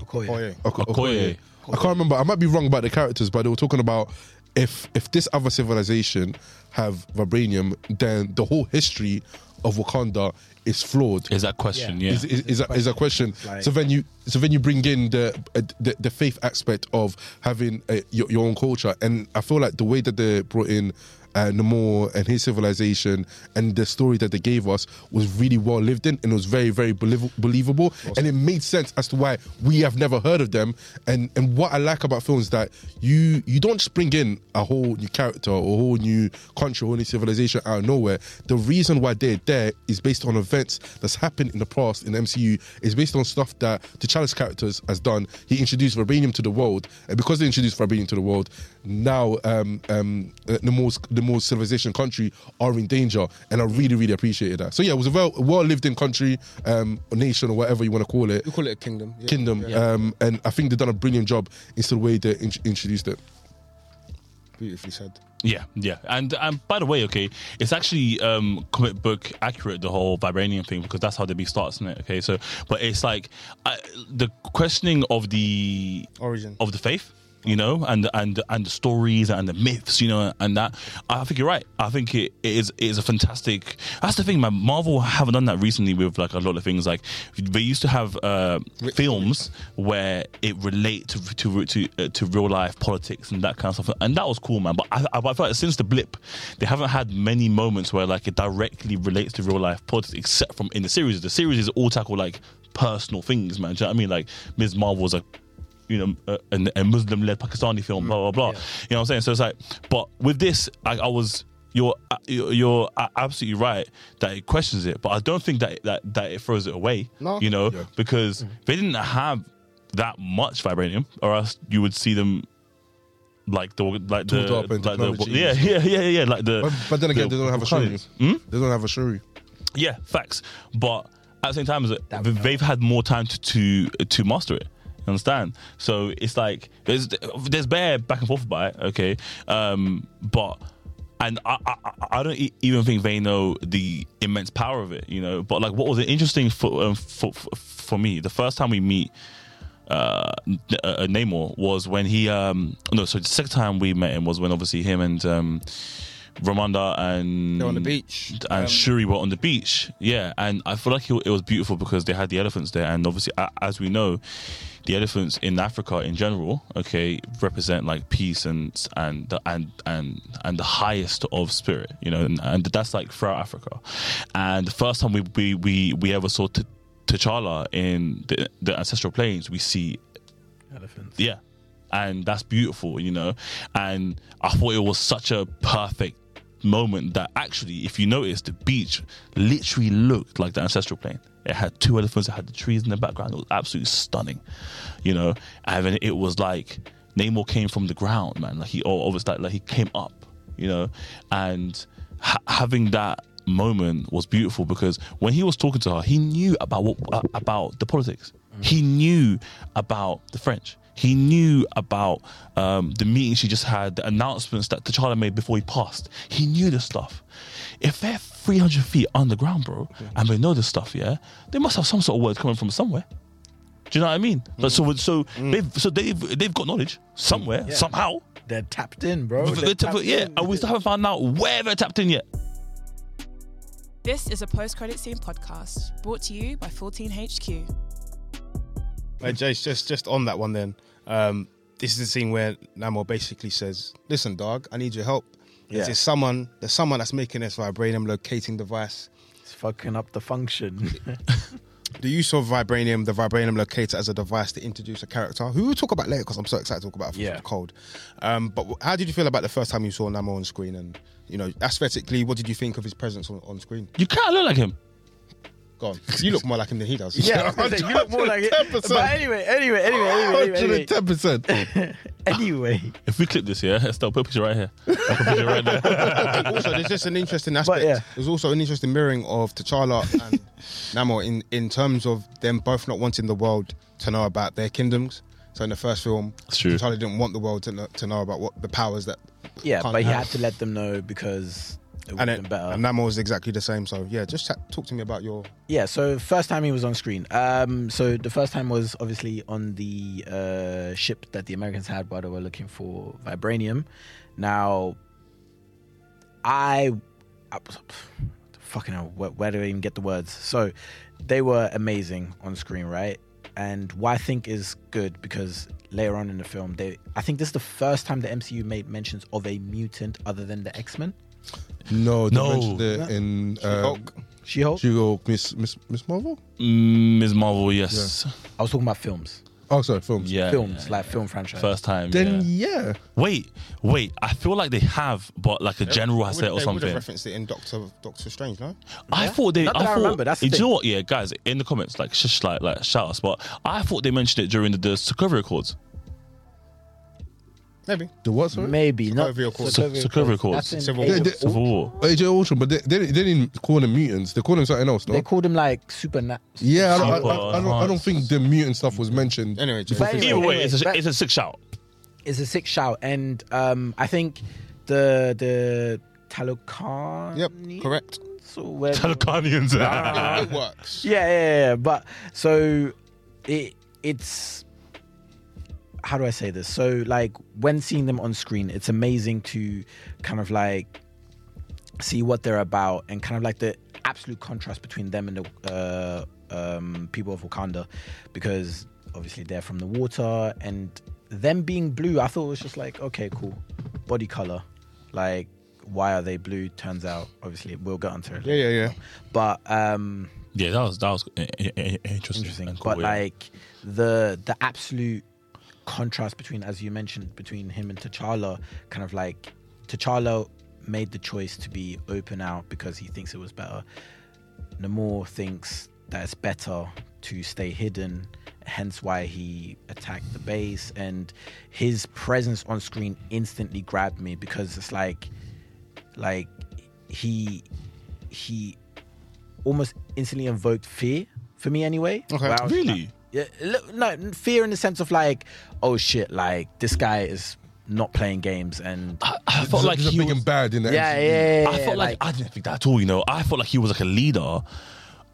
Okoye. Oh yeah, Oko- Okoye. I can't remember. I might be wrong about the characters, but they were talking about if if this other civilization have vibranium, then the whole history of Wakanda is flawed. Is that question? Yeah. Is, is, is, a, is a question. Like- so then you so then you bring in the uh, the, the faith aspect of having uh your, your own culture, and I feel like the way that they brought in uh, Namor and his civilization and the story that they gave us was really well lived in, and it was very very believ- believable, and it made sense as to why we have never heard of them. And and what I like about films that you you don't just bring in a whole new character or a whole new country, a whole new civilization out of nowhere. The reason why they're there is based on events that's happened in the past in the MCU. Is based on stuff that the Chalice characters has done. He introduced vibranium to the world, and because they introduced vibranium to the world, now um, um, uh, the most the most civilization country are in danger, and I really really appreciated that. So yeah, it was a well well lived in country, um, or nation or whatever you want to call it, We call it a kingdom. yeah. kingdom, um, and I think they've done a brilliant job in the way they in- introduced it. Beautifully said. Yeah, yeah, and and by the way, okay, it's actually um comic book accurate the whole vibranium thing because that's how the beat starts, isn't it? Okay, so but it's like I, the questioning of the Origin. of the faith, you know, and and and the stories and the myths, you know, and that. I think you're right. I think it, it is it is a fantastic. That's the thing, man. Marvel haven't done that recently with like a lot of things. Like they used to have uh, films where it relate to to to, uh, to real life politics and that kind of stuff, and that was cool, man. But I, I, I feel like since the blip, they haven't had many moments where like it directly relates to real life politics, except from in the series. The series is all tackle like personal things, man. Do you know what I mean? Like Ms. Marvel's a you know, a, a- a Muslim led Pakistani film, Mm. blah, blah, blah. You know what I'm saying? So it's like, but with this, I, I was, you're, you're you're a- absolutely right that it questions it, but I don't think that that, that it throws it away, No. you know, because Mm. they didn't have that much vibranium, or else you would see them like the like the, Tooled up and like the technology. yeah yeah yeah yeah like the But, but then again, the Hmm? they don't have a shuri. Wakandas. They don't have a shuri. Yeah, facts. But at the same time, is it- they've had more time to, to to master it. You understand? So it's like there's there's bare back and forth about it. Okay, um, but and I, I I- I don't e- even think they know the immense power of it. You know, but like what was interesting for um, for for- for me the first time we meet uh, N- uh, Namor was when he um no so the second time we met him was when obviously him and um Ramanda and They're on the beach. and Um, Shuri were on the beach yeah and I feel like it, it was beautiful because they had the elephants there and obviously a- as we know the elephants in Africa in general okay represent like peace and and the, and and and the highest of spirit you know and, and that's like throughout Africa and the first time we we we, we ever saw T- T'Challa in the, the ancestral plains we see Elephants. yeah. And that's beautiful, you know. And I thought it was such a perfect moment that actually, if you notice, the beach literally looked like the ancestral plane. It had two elephants, it had the trees in the background. It was absolutely stunning, you know. And then it was like Namor came from the ground, man. Like he or obviously like, like he came up, you know. And ha- having that moment was beautiful because when he was talking to her, he knew about what uh, about the politics. He knew about the French. He knew about um, the meeting she just had, the announcements that T'Challa made before he passed. He knew this stuff. If they're 300 feet underground, bro, and they know this stuff, yeah, they must have some sort of words coming from somewhere. Do you know what I mean? Like, so, so they've so they've they've got knowledge somewhere, somehow. They're tapped in, bro. But- but- but- yeah, and we still haven't found out where they're tapped in yet. This is a post credit scene podcast brought to you by 14HQ. Hey, Jace, just just on that one then. Um, this is the scene where Namor basically says, "Listen, dog, I need your help. There's Yeah. this someone. There's someone that's making this vibranium locating device. It's fucking up the function. The use of vibranium, the vibranium locator as a device to introduce a character, who we'll talk about later because I'm so excited to talk about Yeah. yeah. Cold. Um, but wh- how did you feel about the first time you saw Namor on screen? And you know, aesthetically, what did you think of his presence on, on screen? You can't look like him. Go on. You look more like him than he does. yeah, I was gonna say, you look more like it. But anyway, anyway, anyway, anyway, anyway, Hundred ten percent. anyway. anyway. If we clip this, yeah, Estelle, put a picture right here. Like a picture right there. also, there's just an interesting aspect. yeah. There's also an interesting mirroring of T'Challa and Namor in, in terms of them both not wanting the world to know about their kingdoms. So in the first film, It's true. T'Challa didn't want the world to know, to know about what the powers that. Yeah, Can't but he have. had to let them know because it would And, have it, been better. and Namor is exactly the same. So yeah, just chat, talk to me about your. yeah, so first time he was on screen. Um, so the first time was obviously on the uh, ship that the Americans had while they were looking for vibranium. Now, I, I fucking hell, where, where do I even get the words? So they were amazing on screen, right? And what I think is good because later on in the film, they I think this is the first time the MCU made mentions of a mutant other than the X Men. No, they No. mentioned it in um, She Hulk. She go Miss Miss Miss Marvel. Mm, Ms. Marvel, yes. I was talking about films, Oh, sorry, films. Yeah. films like film franchise. First time. yeah. Then yeah, Wait, wait. I feel like they have, but like the general has They said it or would've something. referenced it in Doctor Doctor Strange, no? I thought they. Not I that I thought. remember, that's the you thing. know what? Yeah, guys, in the comments, like, shush, like, like, shout us. But I thought they mentioned it during the, the Sokovia Accords. Maybe. The what? Sorry? Maybe not. Sokovia Accords. Sokovia Accords. That's in Civil War. Age of They- Ultron. Civil War. AJ Ultron, but they, they, didn't- they didn't call them mutants. They called them something else, no? They called him like super. Na- yeah, I don't, I, Super I, I, don't, I don't think the mutant stuff was mentioned. Anyway, just- But anyway, Either way, anyway, it's a, back- it's a six shout. it's a sick shout, and um, I think the the Talokan. Yep, correct. So where- Telecanians. it works. yeah, yeah, yeah. But so it it's how do I say this? So like when seeing them on screen, it's amazing to kind of like see what they're about and kind of like the absolute contrast between them and the uh, um, people of Wakanda because obviously they're from the water and them being blue, I thought it was just like okay, cool, body color, like. Why are they blue? Turns out, obviously, we'll get onto it. Yeah, yeah, yeah. But um, Yeah, that was that was i- i- i- interesting. interesting. and cool, but yeah. like the the absolute contrast between, as you mentioned, between him and T'Challa, kind of like T'Challa made the choice to be open out because he thinks it was better. Namor thinks that it's better to stay hidden, hence why he attacked the base. And his presence on screen instantly grabbed me because it's like, like he he almost instantly invoked fear for me anyway. Okay. Where I was Really? like- yeah, li- no fear in the sense of like, oh shit, like this guy is not playing games and I, I There's felt a- like there's a he big was, and bad in the yeah, yeah, MCU. yeah, yeah, Uh, I felt like, I didn't think that at all. You know, I felt like he was like a leader.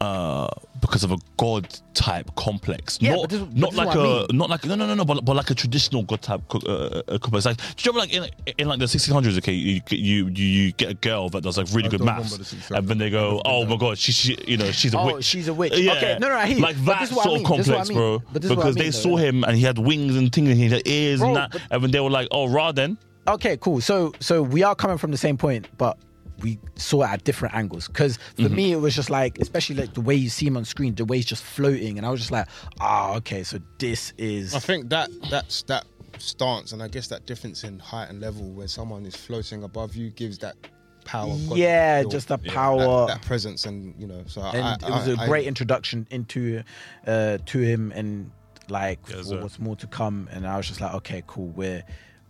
Uh, because of a god type complex, Yeah, not but this- but not this is like what a I mean. not like no no no no, but, but like a traditional god type co- uh, uh, complex. Like, do you remember like in, in like the 1600s? Okay, you you you, you get a girl that does like really I good don't remember maths, the 1600s. and then they go, oh my god, she, she you know she's a Oh, witch. she's a witch. Yeah, Okay, no, no, I hear you. like But that this is what I sort of mean. This is complex, what I mean. bro. But this is what I because they mean, saw though. him and he had wings and things and he had ears Bro, and that, but- and then they were like, oh, Ra then. okay, cool. So so we are coming from the same point, but we saw it at different angles. Because for me, it was just like, especially like the way you see him on screen, the way he's just floating, and I was just like, ah, okay, so this is I think that that's that stance, and I guess that difference in height and level, where someone is floating above you, gives that power. Of God yeah, feel, just the that- power. that, presence, and you know. So I- and I, it was a a great introduction into uh, to him and like sir. what's more to come. And I was just like, okay, cool, we're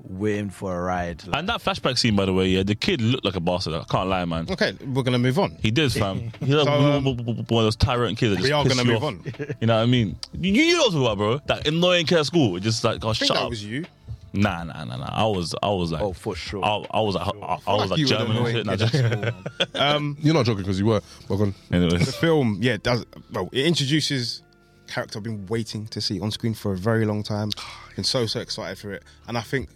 we're in for a ride. Like, And that flashback scene, by the way, yeah, the kid looked like a bastard. I can't lie, man. Okay, we're gonna move on. He did, fam. He was like um, one of those tyrant kids that just We are piss gonna you move off. on. You know what I mean? You, you know what I'm talking about, bro. That annoying kid at school. Just like, oh, I think shut that up. was you. Nah, nah, nah, nah. I was, I was like, Oh, for sure. I, I was, like, I, I was Fuck like you, German and annoying shit. Nah, kid just, at school, man. um, You're not joking because you were. But go on. the anyways, film, yeah, does well. It introduces a character I've been waiting to see on screen for a very long time. Been so so excited for it, and I think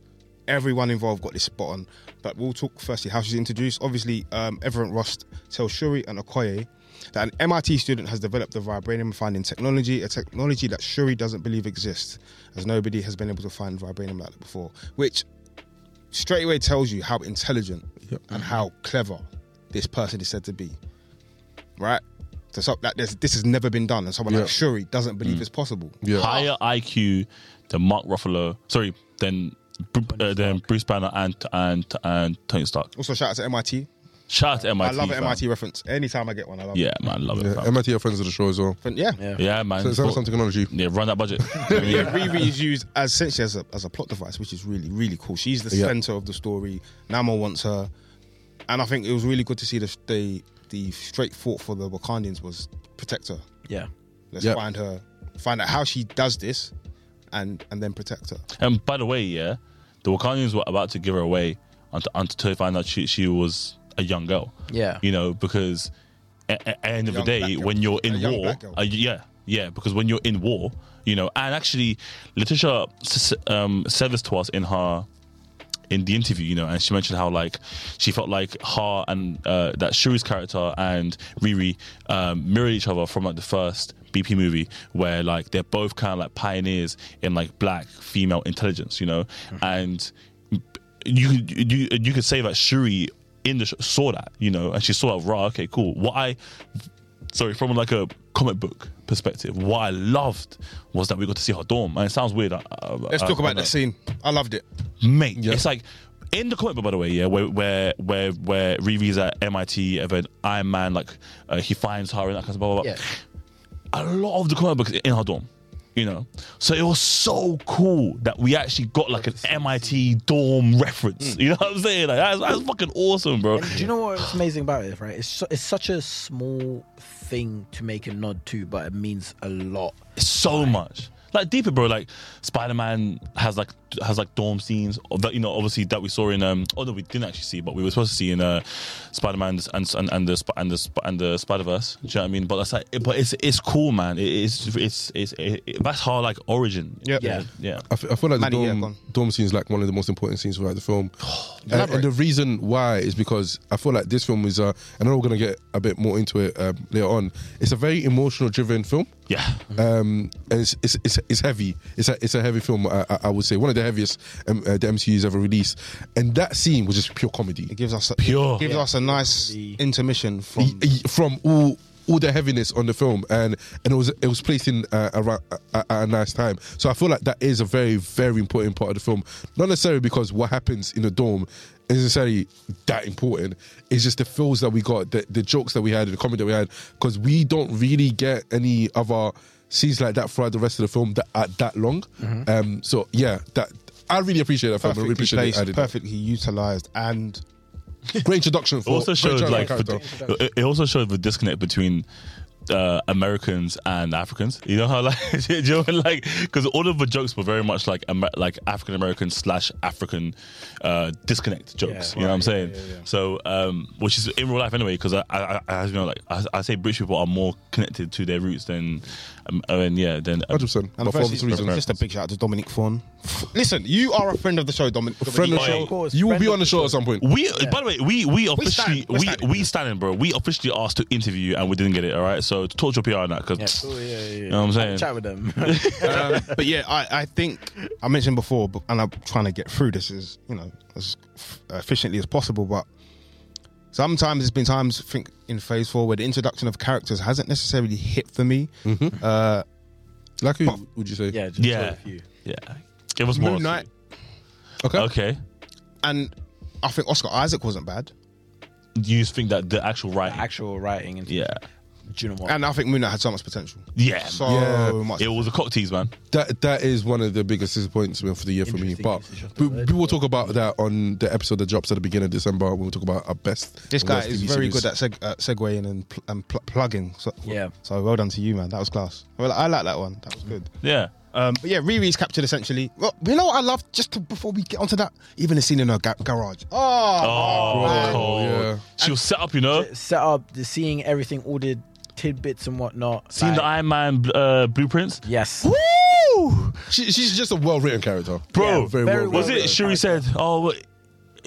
everyone involved got this spot on. But we'll talk firstly how she's introduced. Obviously, um, Everett Ross tells Shuri and Okoye that an MIT student has developed the vibranium finding technology, a technology that Shuri doesn't believe exists, as nobody has been able to find vibranium like that before. Which straight away tells you how intelligent and how clever this person is said to be right? So, so that there's, this has never been done, and someone like Shuri doesn't believe it's possible. Yeah. higher IQ than Mark Ruffalo. Sorry, then. Uh, then Bruce Banner and and and Tony Stark. Also, shout out to MIT. Shout out to MIT. I love an fam. MIT reference. Anytime I get one, I love Yeah, man, love it. Yeah, Fam. MIT are friends of the show as well. it. Yeah. yeah. Yeah, man. So it's But- some technology. yeah, run that budget. Yeah, Riri is used as essentially as a, as a plot device, which is really, really cool. She's the Yeah. center of the story. Namor wants her, and I think it was really good to see the the, the straight thought for the Wakandans was protect her. yeah. Let's Yeah. find her, find out how she does this, and and then protect her. And Um, by the way, yeah, the Wakandans were about to give her away until, until they found out she, she was a young girl. Yeah. You know, because at, at end of the Young black day, girl. when you're A in young war, black girl. uh, yeah, yeah, because when you're in war, you know, and actually, Letitia s- s- um, said this to us in her in the interview, you know, and she mentioned how like she felt like her and uh, that Shuri's character and Riri um, mirrored each other from like the first BP movie, where like they're both kind of like pioneers in like black female intelligence, you know, and you you you could say that Shuri in the sh- saw that, you know, and she saw it raw. Okay, cool. What I sorry, from like a comic book perspective, what I loved was that we got to see her dorm. And it sounds weird. uh, uh, Let's uh, talk uh, about that scene. I loved it. mate. It's like in the comic book, by the way, yeah, where where where where Riri's at MIT, and then Iron Man, like uh, he finds her and that kind of blah blah. blah. Yeah. A lot of the comic books in her dorm. you know. So it was so cool that we actually got like an MIT dorm reference. You know what I'm saying? Like that's, that's fucking awesome, bro. Mm. Do you know what's amazing about it, right? It's, su it's such a small thing to make a nod to, but it means a lot. so much. Like deeper, bro. Like Spider Man has like has like dorm scenes of that you know obviously that we saw in um oh no we didn't actually see but we were supposed to see in uh Spider Man and and and the Sp- and the Sp- and the Spider Verse. Do you know what I mean? But that's like but it's it's cool, man. It, it's it's it's it, it- that's how like origin. Yep. yeah, yeah. I, f- I feel like the Manny, yeah, dorm, go on. dorm scene is like one of the most important scenes throughout the film. and, and Elaborate. the reason why is because I feel like this film is, uh, and I know we're going to get a bit more into it um, later on. It's a very emotional driven film. yeah. Um, and it's, it's, it's, it's heavy. It's a, it's a heavy film, I, I- I would say. One of the heaviest um, uh, the MCU's ever released. And that scene was just pure comedy. It gives us a, Pure. It gives us a nice intermission Y- from. y- From all all the heaviness on the film, and and it was it was placed in uh, around at at a nice time. So I feel like that is a very very important part of the film. Not necessarily because what happens in the dorm is necessarily that important. It's just the feels that we got, the, the jokes that we had, the comedy that we had, because we don't really get any other scenes like that throughout the rest of the film that are that long. Um, so yeah, that I really appreciate that film. I Perfectly really appreciate it. placed, added. perfectly utilized, and Great introduction. For, It also great showed introduction like for the character. the- it- it also showed the disconnect between uh, Americans and Africans. You know how like do you know, like because all of the jokes were very much like Amer- like African American slash African uh, disconnect jokes. you know what I'm saying? So um, which is in real life anyway because I, I, I as you know like I, I say British people are more connected to their roots than um, I mean, yeah than um, 100%. and But for first, obvious reasons. just a big shout out to Dominic Fawn. Listen, you are a friend of the show, Dominic. friend of the Oi. show. Of course, you will friend be of on the the show at some point. We, by the way, we we officially stand- we we're we standing, standing. bro. We officially asked to interview you and we didn't get it. All right, so talk to your PR on that because you know what I'm saying. Chat with them. Um, but yeah, I, I think I mentioned before, but, and I'm trying to get through this as you know as efficiently as possible. But sometimes there's been times I think in Phase Four where the introduction of characters hasn't necessarily hit for me. Mm-hmm. Uh, Like who would you say? yeah, just Yeah. a few. Yeah. It was more. Moon Knight, Okay. Okay. and I think Oscar Isaac wasn't bad, Do you think that the actual right? Actual writing and yeah. do you know what? and I think Moon Knight had so much potential. Yeah. So Yeah. much. it was a cock tease, man. That that is one of the biggest disappointments for the year for me. Interesting But usage of the we, word. we will talk about that on the episode that drops at the beginning of December. We'll talk about our best. This and guy worst is TV very series. good at seg- uh, segueing and, pl- and pl- plugging. So, Yeah. So well done to you, man. That was class. Well, I like that one. That was good. Yeah. Um, but yeah, Riri's captured essentially. Well, you know what I love? Just to, before we get onto that, even the scene in her ga- garage. Oh, Oh, man. cold. yeah. She was set up, you know. Set up, the seeing everything, all the tidbits and whatnot. Seen the like- Iron Man uh, blueprints. Yes. Woo! She, she's just a well written character, Bro, very very well. well Was Yeah. it Shuri said, "Oh, what-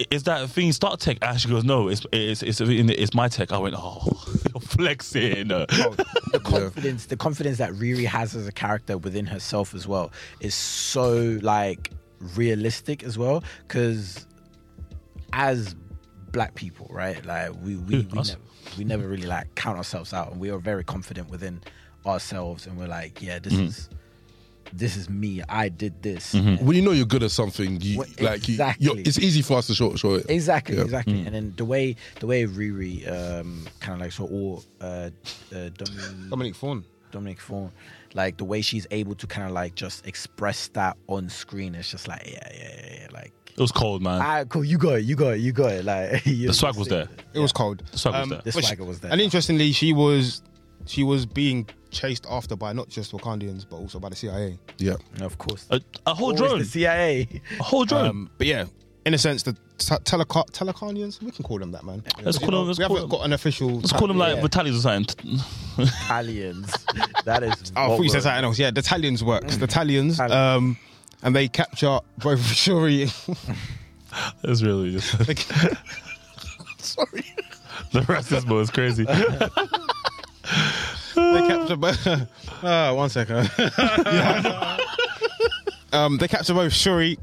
is that thing Star Tech?" And she goes, "No, it's it's it's, it's my tech." I went, "Oh, you're flexing." the confidence the confidence that Riri has as a character within herself as well is so like realistic as well because as black people right like we we, we, us? never, we never really like count ourselves out and we are very confident within ourselves and we're like yeah this is this is me I did this When you know you're good at something, you Well, like you, exactly. you're- It's easy for us to show, show it. Exactly, Yeah. exactly. And then the way the way Riri um, kind of like so all uh, uh, Dominique, Dominic Fawn. Dominic Fawn, like the way she's able to kind of like just express that on screen, it's just like yeah, yeah, yeah, yeah. like. It was cold, man. Ah, cool. You got it. You got it. You got it. Like you- the swag was there. It was cold. The swag was there. The Which- swagger was there. And interestingly, she was she was being chased after by not just Wakandians but also by the CIA. Hmm. Yeah. of course. A, a whole Always drone. The CIA. A whole drone. Um, but yeah, in a sense, the t- teleca- Telecanians, we can call them that, man. Let's call them- let's we call haven't them- got an official. Let's call them like Yeah. Vitalis or something. Italians. that is. Oh, I thought you said what something else. Yeah, the Italians works. The Italians. Um, and they capture both Shuri. It's really just Sorry. the racism is crazy. they capture both. Uh, one second. um, they capture both Shuri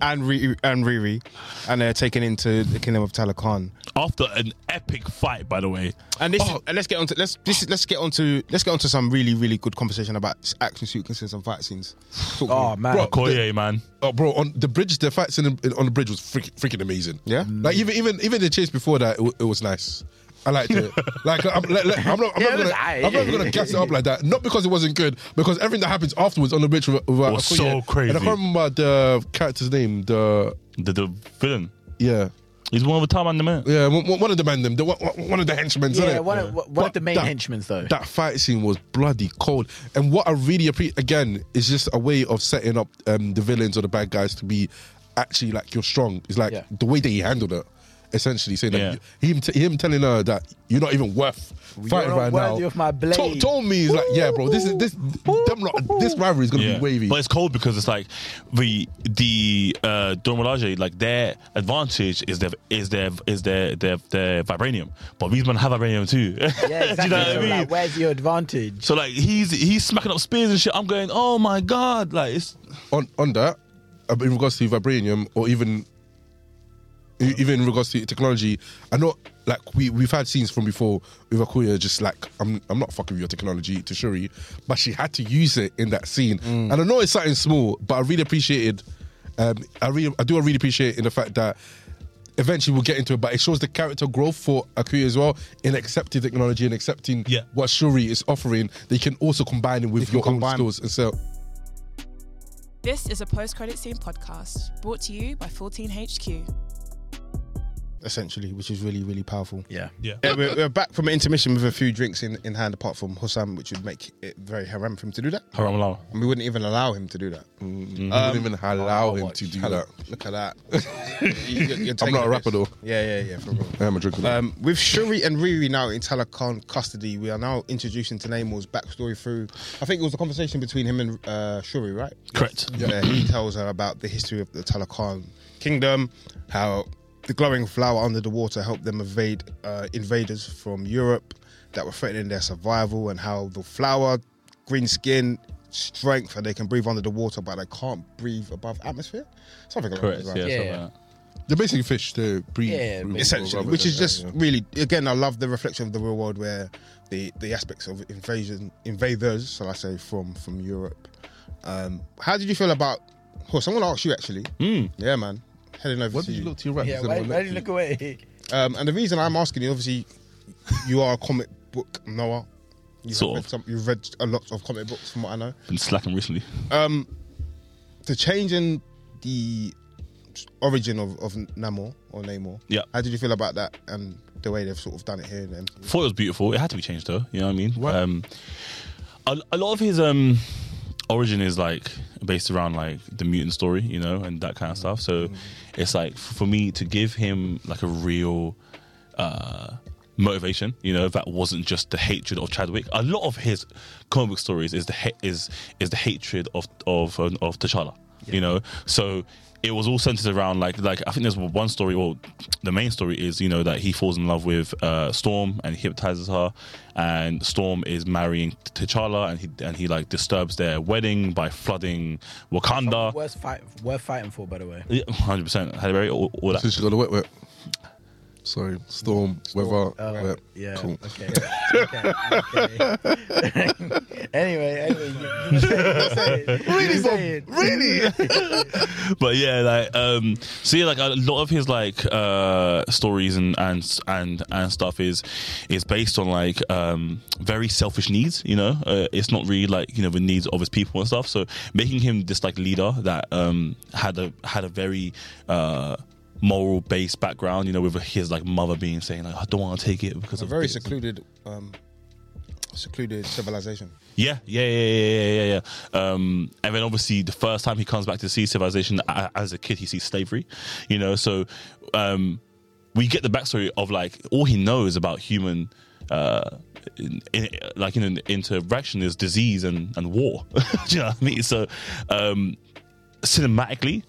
and Riri, and Riri, and they're taken into the kingdom of Talakan. After an epic fight, by the way. And this, is, and let's get onto let's this, is- let's get onto let's get onto some really really good conversation about action sequences and fight scenes. Talk to Oh me. man. Okoye, man. Oh, bro, on the bridge, the fights in, in, on the bridge was freak, freaking amazing. Yeah? like even even even the chase before that, it, wa- it was nice. I liked it. Like I'm, like, like, I'm not, I'm Yeah, not it was gonna, aight. I'm not gonna gas it up like that. Not because it wasn't good, because everything that happens afterwards on the bridge with, with uh, Was Okoye- so And crazy. I can't remember the character's name. The The, the villain. yeah, He's one of the time and the man. yeah, one, one- one of the man them, the, one, one of the henchmen. Yeah, innit? one, Of, one of But the main that- henchmen's though. That fight scene was bloody cold. And what I really appreciate again is just a way of setting up um, the villains or the bad guys to be actually like you're strong. It's like Yeah. the way that he handled it. Essentially saying Yeah. that you- him, t- him telling her that you're not even worth fighting not right now. worthy of my blade. To- told me he's like, yeah, bro, this is this them lot, this rivalry is gonna Yeah. be wavy. But it's cold because it's like the the uh Dormelage, like their advantage is their is their is their their, their vibranium. But these men have vibranium too. yeah, exactly. Do you know what so I mean? like, where's your advantage? so like he's he's smacking up spears and shit. I'm going, oh my god, like it's on on that, uh, in regards to vibranium or even e- even in regards to technology, I know like we we've had scenes from before with Akuya just like I'm I'm not fucking with your technology to Shuri, but she had to use it in that scene, Mm. and I know it's something small, but I really appreciated. Um, I really I do really appreciate in the fact that eventually we'll get into it, but it shows the character growth for Akuya as well in accepting technology and accepting Yeah. what Shuri is offering. They can also combine it with can your own combine- skills and so. This is a post credit scene podcast brought to you by 14HQ. essentially, which is really, really powerful. Yeah. Yeah, we're, we're back from intermission with a few drinks in, in hand, apart from Hussam, which would make it very haram for him to do that. Haram Allah. And we wouldn't even allow him to do that. Um, I wouldn't even allow him to Mm-hmm. do that. Look at that. You- you're- you're taking not a the rapper, piss. though. Yeah, yeah, yeah, for real. I am a drinker. though. Um, with Shuri and Riri now in Talakan custody, we are now introducing Tanemo's backstory through. I think it was a conversation between him and uh, Shuri, right? Correct. Yeah. He tells her about the history of the Talakan kingdom, how the glowing flower under the water helped them evade uh, invaders from Europe that were threatening their survival, and how the flower, green skin, strength, and they can breathe under the water, but they can't breathe above atmosphere. Something like Correct. that. Yeah. Yeah. something like that. They're basically fish. They breathe. Yeah, breathe essentially, rather which than- is just yeah, really again, I love the reflection of the real world where the the aspects of invasion invaders, shall I say, from from Europe. Um, how did you feel about? Oh, someone asked you actually. Yeah, man, heading over What to did you. you look to your right? Yeah, Instead why, of why left do you to look away? um, and the reason I'm asking you, obviously, you are a comic book Noah. You Sort read of. some, you've read a lot of comic books, from what I know. Been slacking recently. Um, the change in the origin of, of Namor or Namor. Yeah. How did you feel about that and the way they've sort of done it here? Then Thought it was beautiful. It had to be changed though. You know what I mean? Why? Um, a, a lot of his um origin is like based around like the mutant story, you know, and that kind of stuff. So it's like f- for me to give him like a real uh motivation, you know, that wasn't just the hatred of Chadwick. A lot of his comic book stories is the ha- is is the hatred of of um, of T'Challa, you know. So it was all centered around like like I think there's one story or the main story is you know that he falls in love with uh, Storm and he hypnotizes her, and Storm is marrying T'Challa and he and he like disturbs their wedding by flooding Wakanda. Worth, fight, worth fighting for, by the way. Hundred percent, Halle Berry, all, all Since that. you got a wet wet. Sorry, storm, weather, Oh, wet. yeah. Cool. Okay. okay, okay. anyway, anyway, you, you say it. Really, really. But yeah, like um, so yeah, like a lot of his like uh stories and and and and stuff is is based on like um very selfish needs. You know, uh, it's not really like you know the needs of his people and stuff. So making him this like leader that um had a had a very uh moral based background. You know, with his like mother being saying like I don't want to take it because a of very this. secluded, um, secluded civilization. Yeah, yeah, yeah, yeah, yeah, yeah, yeah. Um, and then obviously the first time he comes back to see civilization a- as a kid, he sees slavery. You know, so um, we get the backstory of like all he knows about human. Uh, in, in, like in interaction is disease and, and war. Do you know what I mean? So, um, cinematically,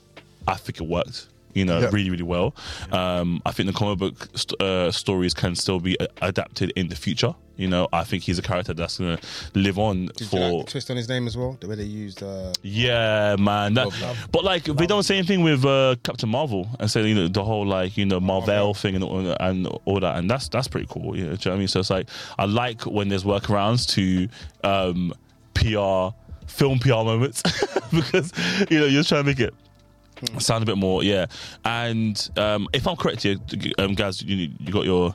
I think it worked. You know, Yeah. really, really well. Um, I think the comic book st- uh, stories can still be a- adapted in the future. You know, I think he's a character that's gonna live on Did for. you like the twist on his name as well? The way they used uh, Yeah, man. That, but like, they don't say anything with uh, Captain Marvel and say you know the whole like you know Marvel thing and all, and all that, and that's that's pretty cool. You know, do you know what I mean? So it's like I like when there's workarounds to um, PR film PR moments because you know you're trying to make it sound a bit more yeah. And um, if I'm correct here, um, guys, you you got your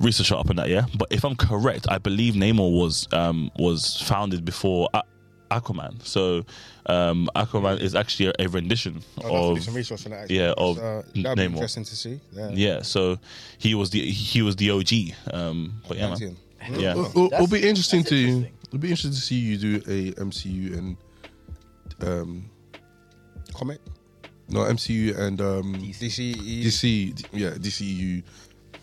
research shut up on that, yeah. But if I'm correct, I believe Namor was um, was founded before A- Aquaman. So um, Aquaman is actually a, a rendition Oh, I'd have to do of some research on that. Actually. yeah, of uh, that'd be Namor. interesting to see. Yeah, yeah. So he was the he was the OG. Um, but yeah, man. Atlantean. yeah. It'll- it'll, it'll be That's- interesting that's to interesting. it'll be interesting to see you do a MCU and um comic no MCU and um DC. DC yeah DCU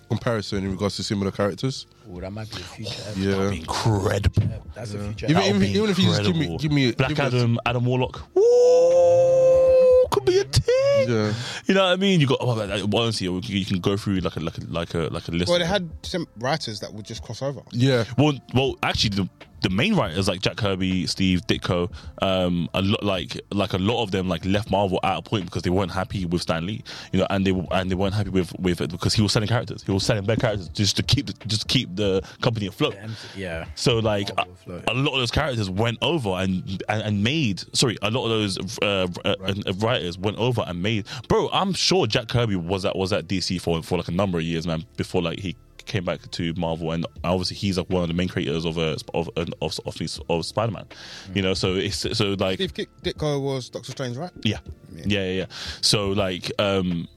comparison in regards to similar characters. Ooh, that might be a future. Yeah, Incredible. That's a future. even episode. even, even if you just give me Incredible. give me Black give me a- Adam, Adam Warlock. Woo! Could be a team. Yeah. You know what I mean? You got oh well, like, honestly, you can- you can go through like a like a like a like a list. Well, they had some writers that would just cross over. Yeah, Well, well, actually, the, the main writers like Jack Kirby, Steve Ditko, um, a lot like like a lot of them like left Marvel at a point because they weren't happy with Stan Lee, you know, and they and they weren't happy with with it because he was selling characters, he was selling bad characters just to keep the, just keep the company afloat. Yeah. So like a, Marvel afloat. a lot of those characters went over and and, and made sorry a lot of those uh, uh, uh, writers went over and made bro I'm sure Jack Kirby was at was at DC for for like a number of years man before like he came back to Marvel and obviously he's like one of the main creators of a of of of, of, of Spider Man you know so it's so like Steve Dick- Ditko was Doctor Strange, right? yeah. yeah, yeah, yeah. So like, um,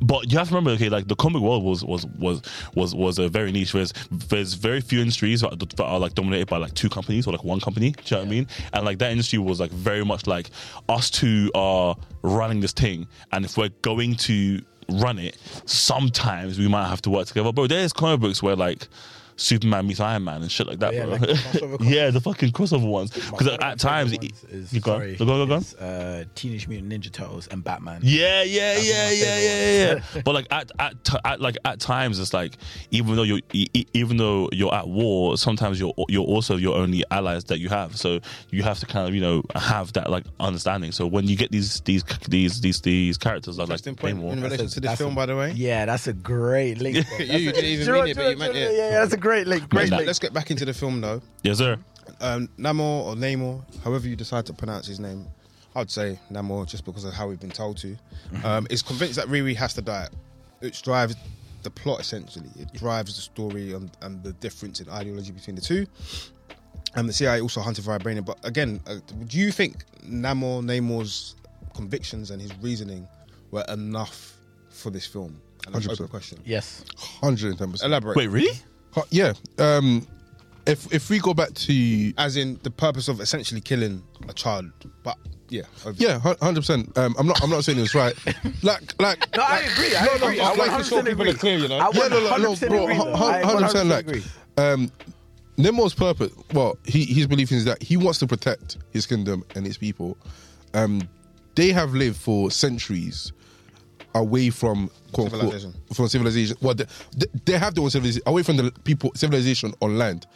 but you have to remember, okay, like the comic world was was was was was a very niche. There's there's very few industries that, that are like dominated by like two companies or like one company. Do you know what I mean? And like that industry was like very much like us two are running this thing, and if we're going to run it, sometimes we might have to work together. Bro, there's comic books where like. Superman meets Iron Man and shit like that, Oh, yeah, bro. like the crossover comics. yeah, the fucking crossover ones. Because at times, is, you go, sorry, go, go, go. is, uh, Teenage Mutant Ninja Turtles and Batman. Yeah, yeah, That's one of yeah, my yeah, favourite yeah, yeah, yeah. but like at at, t- at like at times, it's like even though you're e- e- even though you're at war, sometimes you're you're also your only allies that you have. So you have to kind of you know have that like understanding. So when you get these these these these these characters that are like Interesting play point more. in relation That's a- to this that's film, a- by the way. Yeah, that's a great link. That's a- you didn't even Do you know mean what- it, do but you you know- meant do you know- it. Yeah, yeah, that's a great link. Great that- link. Let's get back into the film though. Yes, sir. Um, Namor or Namor, however you decide to pronounce his name, I'd say Namor just because of how we've been told to. Mm-hmm. Um, is convinced that Riri has to die, which drives the plot essentially. It drives the story and, and the difference in ideology between the two. And the CIA also hunted Vibranium. But again, uh, do you think Namor, Namor's convictions and his reasoning were enough for this film? And that's an 100%. open question. Yes. hundred and ten percent. Elaborate. Wait, really? Yeah, um, if if we go back to As in the purpose of essentially killing a child. But yeah. over- yeah, hundred percent. Um, I'm not I'm not saying it's right. like like No, I agree. I agree. I I'd like to show 100% people agree. it's clear, you know? I Yeah, no, no, no, 100% bro, agree, hu- though. hu- I 100% 100% like, agree. um, Nimrod's purpose, well, he, his belief is that he wants to protect his kingdom and his people. Um, they have lived for centuries away from quote, unquote, Civilization. from civilization. Well, they, they- they have their own civilization away from the people civilization on land.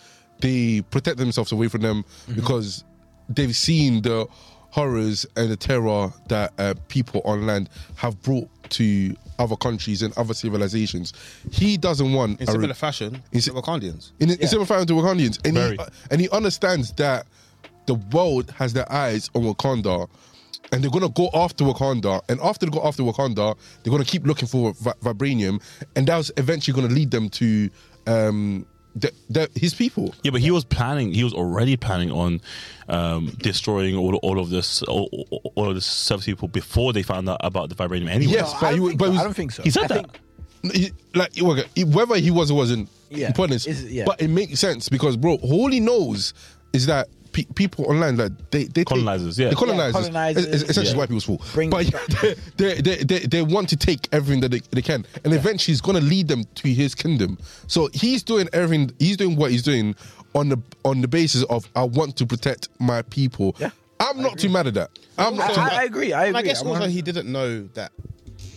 They protect themselves away from them because they've seen the horrors and the terror that uh, people on land have brought to other countries and other civilizations. He doesn't want In a re- similar fashion, In it's si- Wakandians. in, in similar fashion to Wakandans, and Very. he, uh, and he understands that the world has their eyes on Wakanda, and they're gonna go after Wakanda, and after they go after Wakanda, they're gonna keep looking for vi- vibranium, and that's eventually gonna lead them to um, the, the, his people. Yeah, but he was planning. He was already planning on um, destroying all, all of this, all, all- all of the seven people before they found out about the vibranium. Anyway, Yes, No, but I he don't was- think but he so. was- I don't think so. he said I that. think- He- like it was- it- whether he was or wasn't Yeah. important, Is- yeah. but it makes sense because bro, all he knows is that. pe- People online, like they, they take- Colonizers, yeah. the colonizers, Yeah, colonizers. It's- it's essentially Yeah. white people's fault. Bring but destruction. they, they, they, they want to take everything that they, they can, and eventually it's going to lead them to his kingdom. So he's doing everything. He's doing what he's doing on the on the basis of I want to protect my people. Yeah. I'm not too mad at that. I'm not too I, I mad. agree. I And agree. I guess I'm also 100% he didn't know that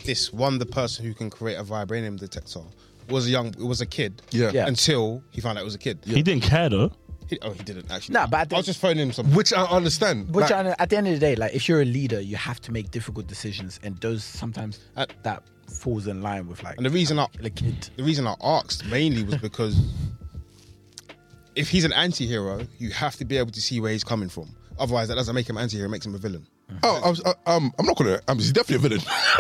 this one, the person who can create a vibranium detector, was a young, it was a kid. Yeah. Yeah. Until he found out it was a kid. he didn't care though. He- oh, he didn't actually. Nah, but I think- was just phoning him some. Which I understand. Which Like, I know- at the end of the day, like if you're a leader, you have to make difficult decisions, and those sometimes Uh, that falls in line with like And the reason I, a kid. the reason I asked mainly was because if he's an anti-hero, you have to be able to see where he's coming from. Otherwise, that doesn't make him anti-hero; it makes him a villain. Oh, I was, I, um, I'm not gonna. Um, he's definitely a villain.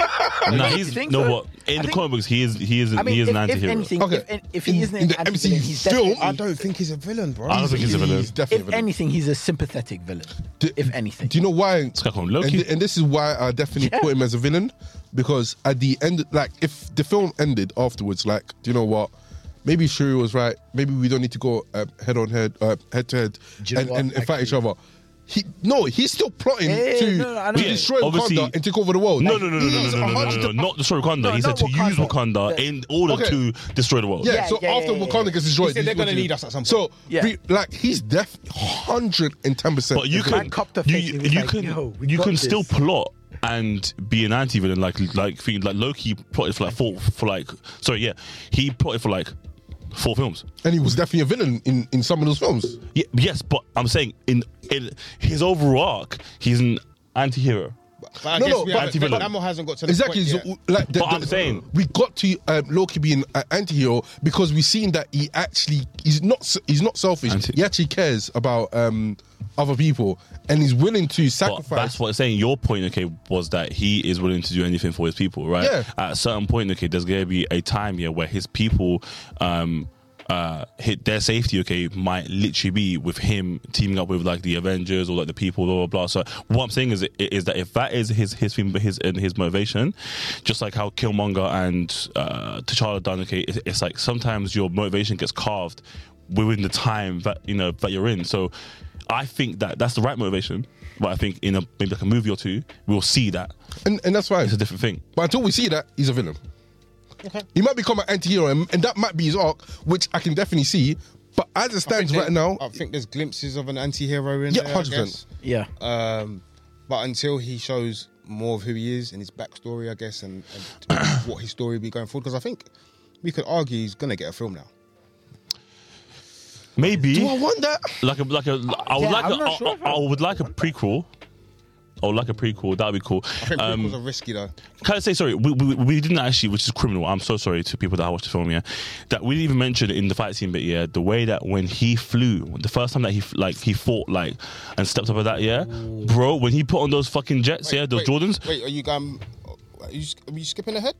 Nah, you he's think no so? what I in the think- comic books he is he is I mean, he is if, an if anti-hero. anything, Okay. if, if he In- isn't in an the anti-villain, MCU he's film, definitely- I I don't think he's a villain, bro. I don't think he's a villain. He's definitely a If villain. anything, he's a sympathetic villain. Do- if anything, Do you know why? guy called Loki. And, thi- and this is why I definitely Yeah. put him as a villain because at the end, like if the film ended afterwards, like do you know what? Maybe Shuri was right. Maybe we don't need to go uh, head on head, uh, head to head, Do you know and, what? and, and fight each Actually- other. He no, he's still plotting Yeah, yeah, to, yeah, no, no, I know. to Yeah, destroy obviously- Wakanda and take over the world. No, no, no, no, He no, no, was no, no, no, no, 100% not destroy Wakanda. No, he said not to use Wakanda. Wakanda in order Okay. to destroy the world. Yeah, Yeah, so yeah, after yeah, yeah, Wakanda yeah. gets destroyed, He said he's they're gonna going to need us at some So, point. Yeah. we- like, he's def 110%. But you a can villain. cop the you, face and you he's like, can "Yo, we you got can this." still plot and be an anti-villain like like thing- like Loki plotted for like four for like sorry yeah he plotted for like four films. And he was definitely a villain in, in some of those films. Ye- yes, but I'm saying in in his overall arc he's an anti-hero. But I No, guess no, we but- haven't- anti-villain. Damo hasn't got to the Exactly. Point so, yet. like, the- But I'm the- saying- we got to um, Loki being an anti-hero because we seen that he actually he's not s- he's not selfish. Anti- he actually cares about um, other people and he's willing to But sacrifice. that's what I'm saying. Your point, okay, was that he is willing to do anything for his people, right? Yeah. At a certain point, okay, there's gonna be a time here where his people, um, uh, hit their safety, okay, might literally be with him teaming up with like the Avengers or like the people, blah blah blah. So what I'm saying is, is that if that is his his thing, his and his motivation, just like how Killmonger and uh, T'Challa done, okay, it's, it's like sometimes your motivation gets carved within the time that you know that you're in. So I think that that's the right motivation, but I think in a maybe like a movie or two, we'll see that and, and that's why. it's a different thing. But until we see that, he's a villain. He might become an anti-hero, and, and that might be his arc, which I can definitely see. But as I it think stands there- right now, I think there's glimpses of an anti-hero in Yeah, there. 100%. 100%. yeah. Um, but until he shows more of who he is and his backstory, I guess, and, and what his story will be going forward, because I think we could argue he's gonna get a film now. Maybe do I want that? like a like a I would Uh, yeah, like I'm a, not I- sure if I- I would like a prequel. I would like a prequel. That'd be cool. I think Um, prequels are risky though. can I say sorry? We, we, we didn't actually, which is criminal. I'm so sorry to people that I watched the film. Yeah, that we didn't even mention in the fight scene. But yeah, the way that when he flew, the first time that he f- like he fought like and stepped up at that. Yeah, bro, when he put on those fucking jets. yeah, Wait, those Jordans. Wait, are you um, are you, are you skipping ahead?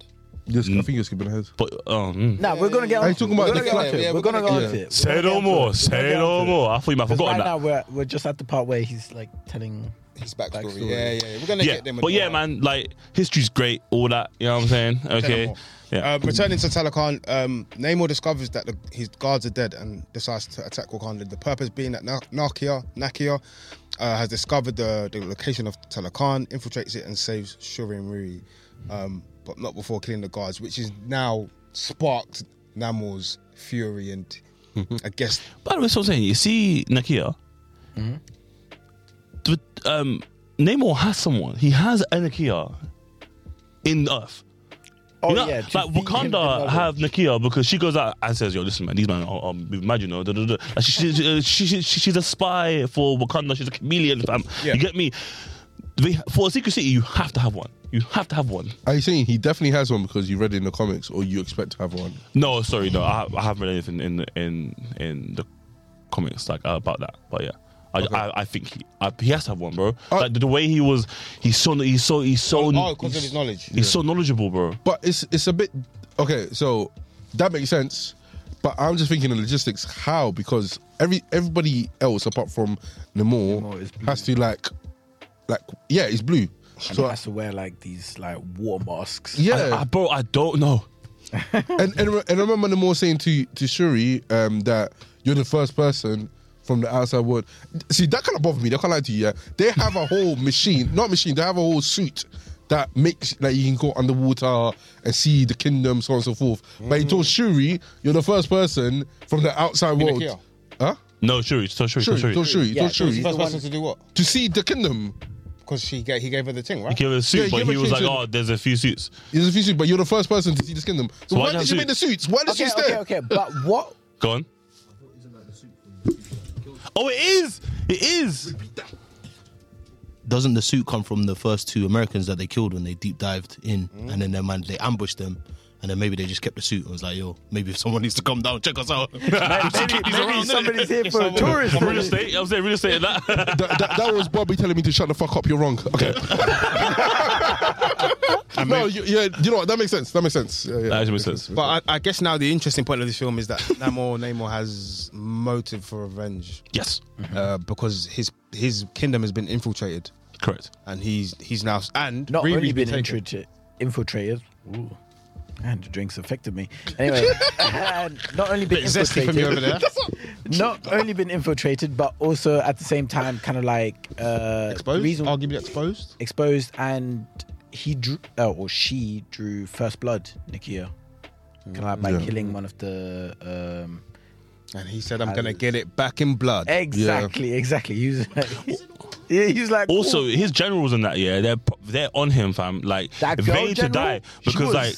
Just, I think you're skipping ahead. But um, Nah, we're gonna get. Are you on to talking it. about We're the gonna get on to flatter? it. Yeah, We're we're gonna go gonna on get- to it. We're say gonna no get on to more. it. We're gonna Say get on no to it. more. I thought you might have 'Cause forgotten Right that. now, we're we're just at the part where he's like telling. His backstory. Backstory. Yeah, yeah. We're gonna yeah, get them. but yeah, man, like history's great, all that. You know what I'm saying? Okay, yeah. Um, Uh, returning to Talakan, um, Namor discovers that the, his guards are dead and decides to attack Wakanda. The purpose being that Na- Nakia, Nakia uh, has discovered the, the location of Talakan, infiltrates it, and saves Shuri and Riri, um, but not before killing the guards, which is now sparked Namor's fury and I guess By the way, so I'm saying, you see Nakia, Mm-hmm. the, um, Namor has someone. He has a Nakia in Earth. Oh you know, yeah, like to feed him the Wakanda knowledge. have Nakia because she goes out and says, "Yo, listen, man, these men are, are imagine, you know, da, da, da. Like, she, she, uh, she, she, she's a spy for Wakanda. She's a chameleon, fam. Yeah. You get me? They, for a secret city, you have to have one. You have to have one. Are you saying he definitely has one because you read it in the comics, or you expect to have one? No, sorry, no, I, I haven't read anything in in in the comics like about that. But yeah, I I, I think he I, he has to have one, bro. Uh, like the, the way he was, he's so he's so he's so oh, because of his knowledge. he's so knowledgeable, bro. But it's it's a bit okay. So that makes sense. But I'm just thinking of logistics. How? Because every everybody else apart from Namor Namor is blue. has to like, like yeah, it's blue. And So has to wear like these like water masks. yeah, I, I, bro, I don't know. and, and re- and I remember Namor saying to to Shuri um, that you're the first person from the outside world. See, that kind of bothered me. That kind of lie to you. Yeah, they have a whole machine, not machine. They have a whole suit that makes that you can go underwater and see the kingdom, so on and so forth. But he told Shuri, you're the first person from the outside world. Nakia. Huh? No, Shuri, so Shuri, so Shuri, Shuri. told Shuri, Yeah, told so Shuri he's First person to do what? to see the kingdom. Because she gave, he gave her the thing, right? He gave her a Yeah, suit, he but gave he her was like, chin-chin. "Oh, there's a few suits." There's a few suits, but you're the first person to see this kingdom. So why why, not did suit? you make the suits? Why did Okay, you okay, stay? okay. But what? Go on. Oh, it is. It is. doesn't Mm. the suit come from the first two Americans that they killed when they deep dived in, and then their man they ambushed them, And then maybe they just kept the suit and was like, yo, maybe if someone needs to come down, check us out. maybe He's around, maybe innit? somebody's here for a tourist. Real estate, I was saying real estate and that. that, that, that was Bobby telling me to shut the fuck up. You're wrong. Okay. no, you, yeah, you know what? That makes sense. That makes sense. Yeah, yeah. That actually makes sense. But I, I guess now the interesting point of this film is that Namor Namor has motive for revenge Yes, uh, because his his kingdom has been infiltrated correct. and he's he's now and Not Riri's only been taken. infiltrated, infiltrated. Ooh. And the drinks affected me. Anyway, and not only been Bit zesty from you over infiltrated, there. not only been infiltrated, but also at the same time, kind of like uh, exposed, reason- arguably exposed. exposed, and he drew oh, or she drew first blood, Nikia, kind of like by Yeah. killing one of the um, And he said, "I'm gonna get it back in blood." exactly, exactly. He was, yeah, he was like Also, "Ooh, his generals in that year, they're they're on him, fam. Like That girl they need to general? die She because was- like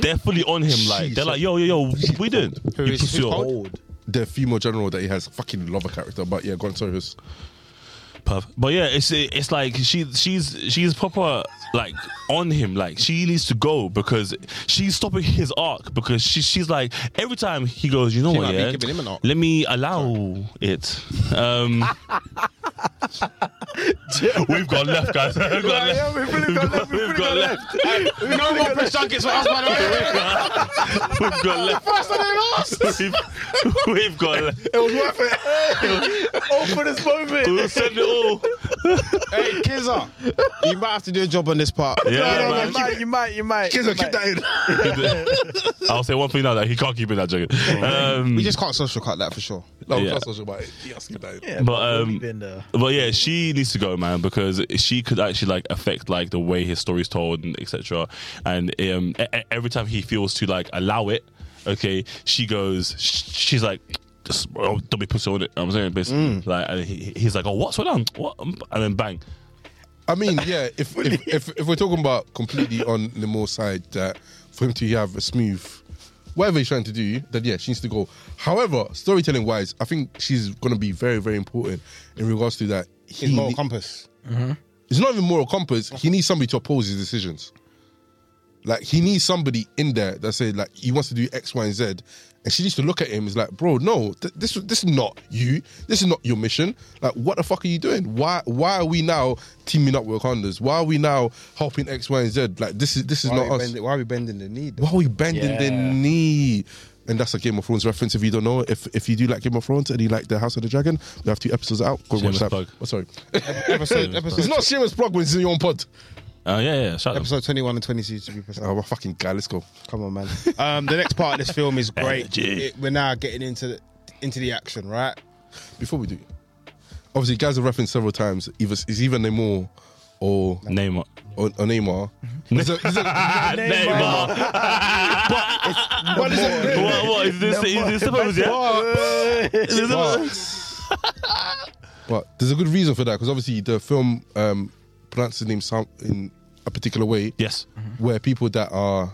they're fully on him. Like they're like, yo, yo, yo, what we doing? Who You is- pussy who's up. old? old. The female general that he has, fucking love a character. But yeah, go on, sorry. Hus. Puff. But yeah, it's it's like she she's she's proper like on him. Like she needs to go because she's stopping his arc because she she's like every time he goes, you know She what, might be yeah, giving him an arc. let me allow it. Um, we've got left, guys. We've got left. we've really got left, we've We've really got got left. no more press junkets for us, by the way. We've got left. We've, we've got left. It was worth it. All for this moment. We'll send it all. hey, Kizza, you might have to do a job on this part. Yeah, No, man. you might, you might, you might. Kizza, keep that in. I'll say one thing now that he can't keep in that joke. Um, We just can't social cut that for sure. No, Yeah. yeah. that's what about it. He asked him that. Yeah, But, we'll um, be in there. But yeah, she needs to go, man, because she could actually like affect like the way his story's told and etc. And um, e- e- every time he feels to like allow it, okay, she goes. sh- She's like, "Just, oh, "Don't be pussy on it." I'm saying, basically, like, and he, he's like, "Oh, what's going on?" What? And then bang. I mean, yeah, if, if, if, if we're talking about completely on Limore's side, that for him to have a smooth, whatever he's trying to do, then yeah, she needs to go. However, storytelling wise, I think she's going to be very, very important in regards to that. He His moral ne- compass. it's not even moral compass. He needs somebody to oppose his decisions. Like he needs somebody in there that say like he wants to do X, Y, and Z, and she needs to look at him. Is like, bro, no, th- this this is not you. This is not your mission. Like, what the fuck are you doing? Why why are we now teaming up with Wakandas? Why are we now helping X, Y, and Z? Like, this is this is Why are, not we us. bending, why are we bending the knee? though? Why are we bending the Yeah. knee? And that's a Game of Thrones reference. If you don't know, if if you do like Game of Thrones and you like the House of the Dragon, we have two episodes out. Go and watch Shameless that. plug. Oh, sorry, Episode, episode, it's not shameless plug when it's in your own pod. Uh, yeah, yeah, shout out. episode 21 and 22 to be precise. Oh, my fucking guy, let's go. Come on, man. Um, the next part of this film is great. Energy. It- we're now getting into the, into the action, right? Before we do, obviously, guys have referenced several times. Either it's either Neymar or Name it. or, or Neymar. There's a- there's a- Neymar. but there's a- What? What is this? Is this supposed? Yeah. Is this supposed- but there's a good reason for that because obviously the film um, pronounces names some in a particular way, Yes. where people that are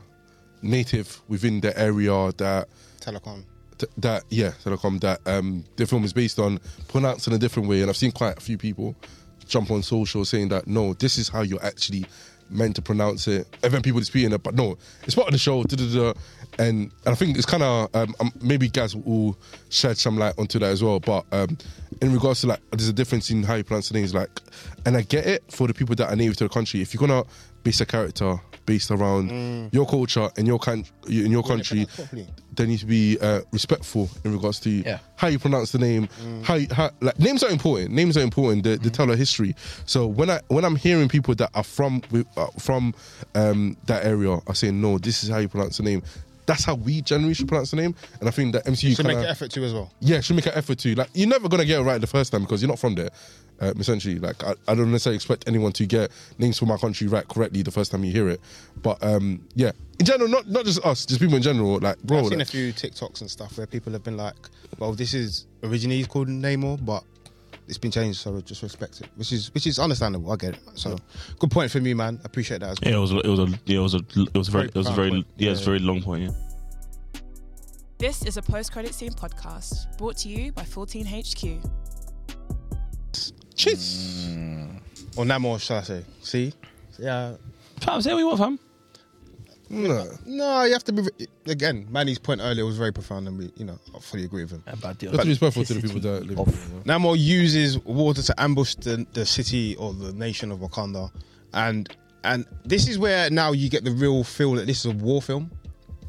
native within the area that Telecom. th- that yeah telecom that um the film is based on pronounced in a different way and i've seen quite a few people jump on social saying that no this is how you're actually meant to pronounce it and then people disputing it but no it's part of the show duh, duh, duh. and, and i think it's kind of um, um, maybe guys will shed some light onto that as well but um in regards to like there's a difference in how you pronounce names like and i get it for the people that are native to the country if you're gonna base a character based around Mm. your culture and your country in your country pronounce properly. they need to be uh, respectful in regards to Yeah. how you pronounce the name. Mm. How, you, how like names are important. Names are important. They, they tell a history. So when I when I'm hearing people that are from wi- uh, from um, that area are saying no, this is how you pronounce the name. That's how we generally should pronounce the name. And I think that MCU Should make kind an of effort too as well. yeah should make an effort to like you're never gonna get it right the first time because you're not from there. Uh, essentially, like I, I don't necessarily expect anyone to get names from my country right correctly the first time you hear it. But um, yeah, in general, not not just us, just people in general. Like bro, I've seen like- a few TikToks and stuff where people have been like, "Well, this is originally called Namor, but it's been changed, so just respect it," which is which is understandable. I get it. So, good point from you, man. I appreciate that as well. Yeah, it was. a- It was a. Yeah, it was a. It was a very. It was a very. Point. Yeah, it's a very long point. Yeah. This is a post credit scene podcast brought to you by 14HQ. Cheers. Mm. Or Namor, shall I say? See, yeah. Fam, say what you want, fam. No, no, you have to be. Again, Manny's point earlier was very profound, and we, you know, I fully agree with him. About the Let's be respectful to the people that live Of- here, you know? Namor uses water to ambush the, the city or the nation of Wakanda, and and this is where now you get the real feel that this is a war film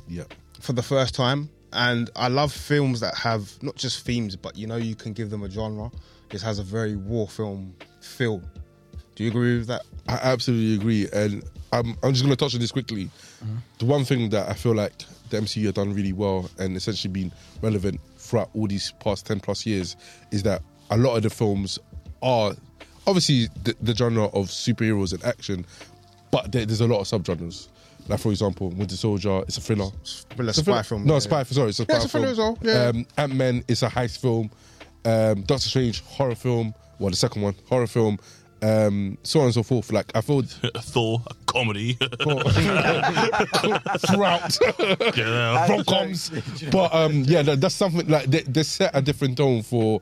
Yeah. for the first time. And I love films that have not just themes, but you know you can give them a genre. This has a very war film feel. Do you agree with that? I absolutely agree, and I'm I'm just gonna touch on this quickly. The one thing that I feel like the MCU have done really well and essentially been relevant throughout all these past ten plus years is that a lot of the films are obviously the, the genre of superheroes and action, but there, there's a lot of subgenres. Like for example, Winter Soldier, it's a thriller. Thriller, It's a spy thriller- film, No, yeah, spy. yeah. Sorry, it's a spy Yeah, it's a thriller as film. well, yeah. Um, Ant Man is a heist film. Um, Doctor Strange horror film. Well, the second one horror film. Um, so on and so forth. Like I feel Thor, a comedy. throughout Get out. rom coms, but um, yeah, that, that's something like they, they set a different tone for.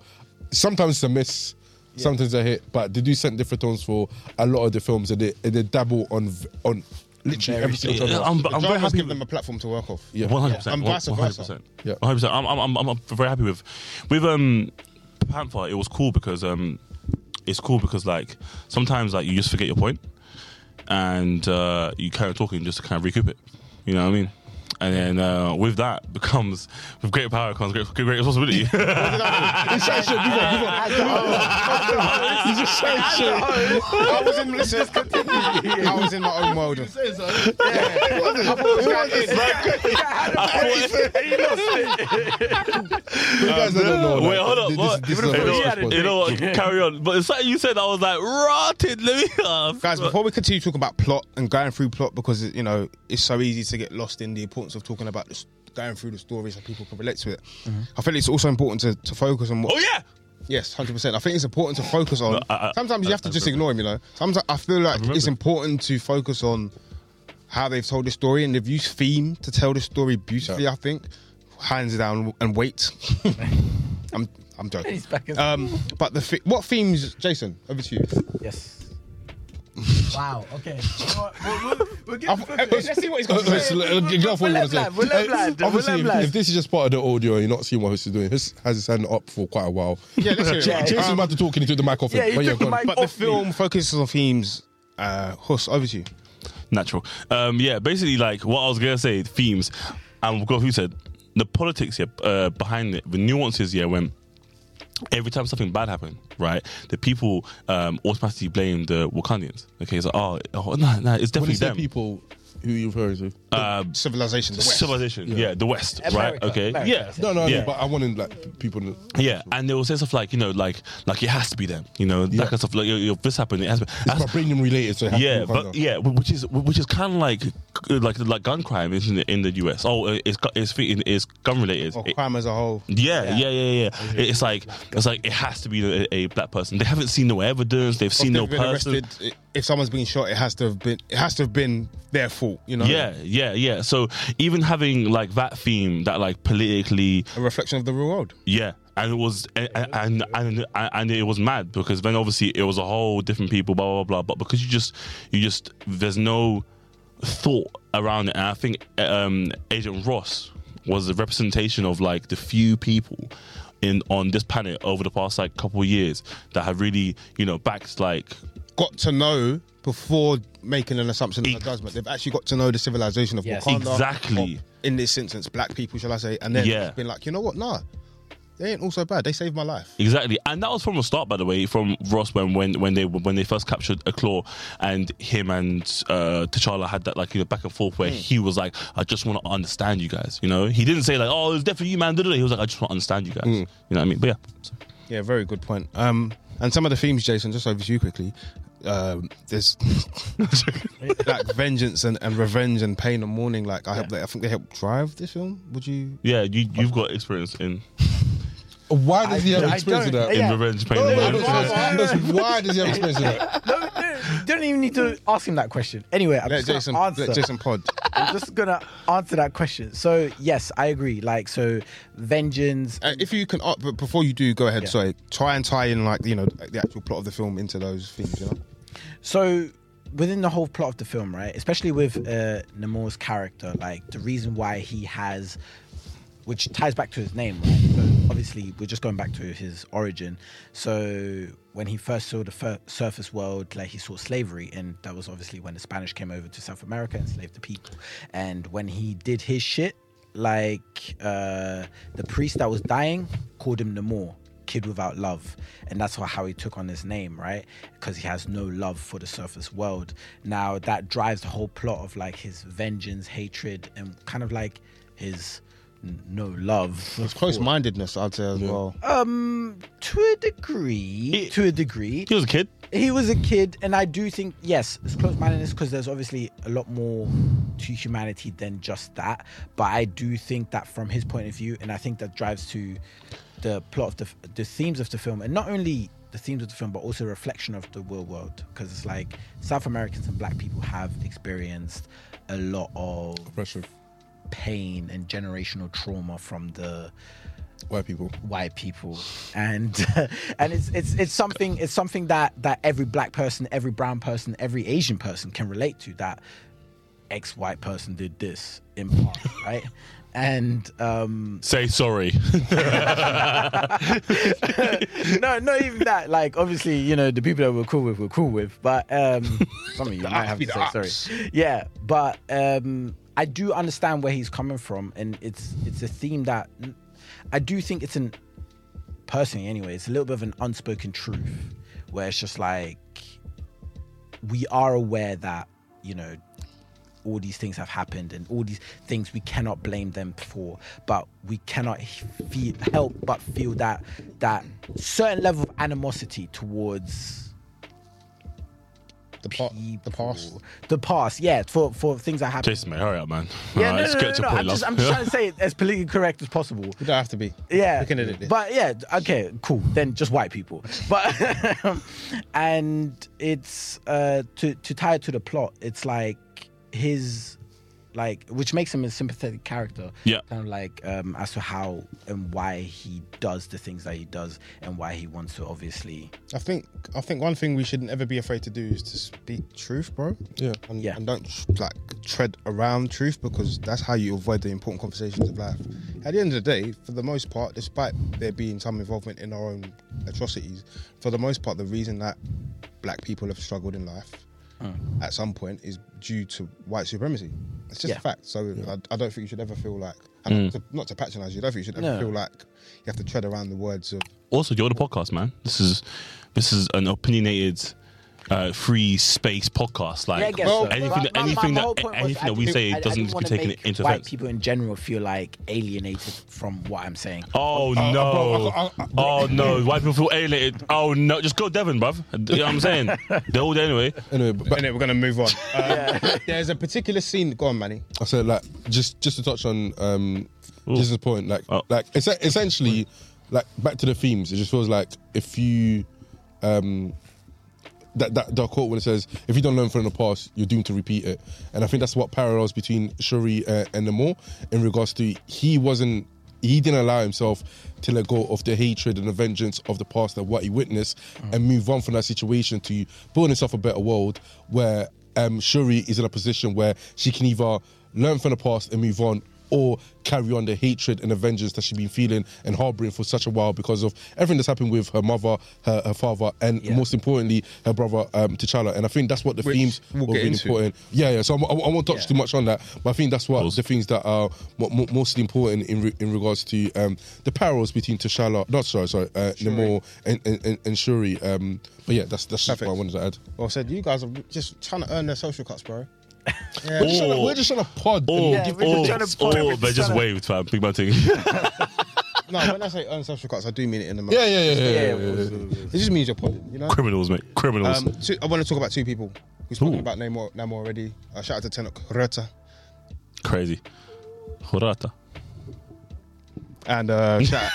Sometimes it's a miss, sometimes a hit, but they do set different tones for a lot of the films, and they, and they dabble on v- on literally every single Yeah, genre. I'm, I'm I'm very happy. give them a platform to work off. Yeah. One hundred percent. And vice One hundred versa. percent. Yeah. One hundred percent. I'm I'm I'm I'm very happy with with um Panther. It was cool because um it's cool because like sometimes like you just forget your point and uh, you kind of talking just to kind of recoup it. You know what I mean? And then uh, with that becomes with great power comes great great responsibility. You just say shit. I was in listen, I was in my own world. You guys don't know, Wait, like, hold up. this- What? this is you, not know, the what? response. you know what? Carry on. But it's something you said, I was like, rotted. Let me. Uh, Guys, before we continue talking about plot and going through plot, because you know it's so easy to get lost in the importance of talking about this, going through the story so people can relate to it. I feel it's also important to, to focus on what. Mm-hmm. Oh yeah. Yes, hundred percent. I think it's important to focus on. I- I- sometimes you have to just ignore him. You know. Sometimes I feel like it's important to focus on how they've told this story and they've used theme to tell this story beautifully. I think, hands down, and wait. I'm I'm joking. He's back in- Um, but the thi- what themes, Jason? Over to you. Yes. wow. Okay. I've- Let's see what he's got to Let's- say. let- get off what you want to say. We'll let him Uh, land, we'll let Obviously, him if- land. if this is just part of the audio and you're not seeing what he's doing, this has his hand up for quite a while. Yeah, let's hear it. Yeah, Jason's Um, about to talk and he took the mic off him. yeah, he But took the go on. mic But the film focuses on themes. Uh, Huss, over to you. natural. Um, yeah, basically, like what I was gonna say, themes, and we'll go through said the politics yeah, uh, behind it, the nuances yeah, when every time something bad happened, right, the people um, automatically blame the Wakandians. Okay, it's like, oh, oh no, no, it's When definitely you say them. Uh, people, who are you referring to? Civilization, the West. Civilization, yeah. the West, right? America, Okay, America, yeah, No, no, yeah. no, but I wanted like people. To, Yeah, and they will say stuff like, you know, like, like it has to be them, you know, that kind of stuff. Like, yo, yo, this happened, it has to be. It's That's- vibranium related, so it has to yeah, be but Wakanda. yeah, wh- which is wh- which is kind of like uh, like like gun crime isn't it, in the US. Oh, uh, it's gu- it's fe- it's gun related. Or It- crime as a whole. yeah, Oh. yeah, yeah, yeah. It- It's like it's like it has to be a, a black person. They haven't seen no evidence. They've seen If no they've been person. arrested, i- If someone's been shot, it has to have been. It has to have been their fault. You know. Yeah, yeah, yeah. So even having like that theme, that like politically, A reflection of the real world. yeah, and it was and and and, and, and it was mad because then obviously it was a whole different people, blah blah blah. But because you just you just there's no thought around it, and I think um, Agent Ross was a representation of like the few people in on this planet over the past like couple of years that have really you know backed like Got to know before making an assumption of a judgment. They've actually got to know the civilization of Yes. Wakanda. Exactly. or, in this instance, black people, shall I say? And then Yeah. it's been like, you know what? Nah, they ain't all so bad. They saved my life. Exactly, and that was from the start, by the way, from Ross when when, when they when they first captured a claw, and him and uh, T'Challa had that like you know back and forth Hmm. where he was like, "I just want to understand you guys," you know. He didn't say like, "Oh, it's definitely you, man." da-da-da. He was like, "I just want to understand you Hmm. guys," you know what I mean? But yeah, so- Yeah, very good point. Um, and some of the themes, Jason, just over to you quickly. Um, there's like vengeance and, and revenge and pain and mourning. Like I hope they, I think they help drive this film. Would you? yeah, you you've got experience in Why does he have I experience with don't- that? in Yeah. revenge pain. No, and no, mourning. no, no, no, no, Why does he have experience with that? No, no, you don't even need to ask him that question. Anyway, I'm Let just Jason, gonna answer. let Jason pod. I'm just gonna answer that question. So yes, I agree. Like so, vengeance. Uh, if you can, uh, but before you do, go ahead. Yeah. Sorry, try and tie in like you know the actual plot of the film into those themes. You know, So within the whole plot of the film, right? Especially with uh, Namor's character, like the reason why he has, which ties back to his name, right? So obviously, we're just going back to his origin. So when he first saw the fir- surface world, like he saw slavery, and that was obviously when the Spanish came over to South America and enslaved the people. And when he did his shit, like uh, the priest that was dying called him Namor kid without love and that's how- how he took on his name right because he has no love for the surface world now that drives the whole plot of like his vengeance hatred and kind of like his n- no love Close mindedness, I'd say as well. um to a degree to a degree He was a kid. he was a kid and i do think yes it's close-mindedness because there's obviously a lot more to humanity than just that but i do think that from his point of view and i think that drives to the plot of the, f- the themes of the film and not only the themes of the film but also a reflection of the real world because it's like south americans and black people have experienced a lot of Oppression. pain and generational trauma from the White people. white people and and it's it's it's something it's something that that every black person every brown person every asian person can relate to that ex-white person did this in part right and um Say sorry. no not even that like obviously you know the people that we're cool with we're cool with but um some of you might have to say sorry yeah but um i do understand where he's coming from and it's it's a theme that i do think it's an personally anyway it's a little bit of an unspoken truth where it's just like we are aware that you know all these things have happened and all these things we cannot blame them for but we cannot feel, help but feel that that certain level of animosity towards The, pa- the past. the past yeah for for things that happened Jason, mate, hurry up, man. Alright, yeah no, no, let's no, get no, to no, point, I'm, just, love. I'm just trying to say it as politically correct as possible We don't have to be. yeah. We can edit this. But yeah, okay, cool. Then just white people. But and it's uh to to tie it to the plot, it's like his like which makes him a sympathetic character. Yeah. Kind of like um as to how and why he does the things that he does and why he wants to obviously I think I think one thing we shouldn't ever be afraid to do is to speak truth, bro. Yeah. And, Yeah. and don't like tread around truth because that's how you avoid the important conversations of life. At the end of the day, for the most part, despite there being some involvement in our own atrocities, for the most part, the reason that black people have struggled in life at some point is due to white supremacy. It's just Hmm. Yeah. a fact. So I, I don't think you should ever feel like, and to, not to patronize you, I don't think you should ever No. feel like you have to tread around the words of also you're the podcast man this is this is an opinionated uh, free space podcast like Yeah, I guess so. anything But that my- my- anything my that whole point was anything I that we didn't- say I- I doesn't didn't be wanna taken make into White offense people in general feel like alienated from what I'm saying. Oh no! Oh no! White people feel alienated. Oh no! Just go Devon, bruv. You know what I'm saying? They're all there anyway. Anyway, but But anyway, we're gonna move on. Uh, There's a particular scene. Go on, Manny. I said like just just to touch on um Jason's point, like Oh. like it's essentially like back to the themes. It just feels like if you um that that the quote when it says if you don't learn from the past, you're doomed to repeat it. And I think that's what parallels between Shuri uh, and Namor in regards to he wasn't he didn't allow himself to let go of the hatred and the vengeance of the past and what he witnessed and move on from that situation to build himself a better world where um, Shuri is in a position where she can either learn from the past and move on or carry on the hatred and the vengeance that she's been feeling and harboring for such a while because of everything that's happened with her mother, her, her father, and Yeah. most importantly, her brother um, T'Challa. And I think that's what the Which themes we'll were get really into. important. Yeah, yeah. So I, I, I won't touch Yeah. too much on that, but I think that's what the things that are mo- mo- mostly important in re- in regards to um, the parallels between T'Challa, not sorry, sorry, uh, Namor and, and, and, and Shuri. Um, but yeah, that's that's just what I Perfect. wanted to add. Well said. You guys are just trying to earn their social cuts, bro. Yeah. We're just trying to- we're just trying to pod. Oh, and give- oh, trying to- oh! They just waved, fam. Big man thing. No, when I say earn social cuts, I do mean it in the yeah, yeah, yeah, yeah. yeah, yeah, It yeah. just means you're podding, you know. Criminals, mate. Criminals. Um, two, I want to talk about two people. We've spoken Ooh. about Namor, Namor already. Uh, shout out to Tenok Rota Crazy. Horata. and uh, shout,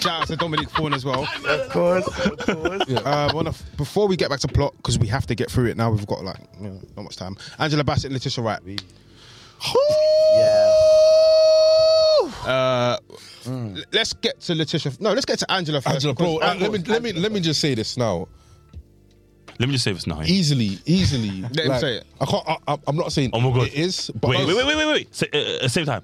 shout out to Dominic Fawn as well. Of course, of course. Uh, wanna, before we get back to plot, because we have to get through it now. We've got like you know, not much time. Angela Bassett and Letitia Wright. yeah. Uh, Mm. l- Let's get to Letitia. No, let's get to Angela first. uh, Angela, bro, because- uh, let me let me let me just say this now. Let me just say this now. yeah. Easily, easily. Let him say it. I can't. I, I- I'm not saying. Oh my god, It is. But wait, wait, wait, wait, wait, wait. Say, uh, uh, same time.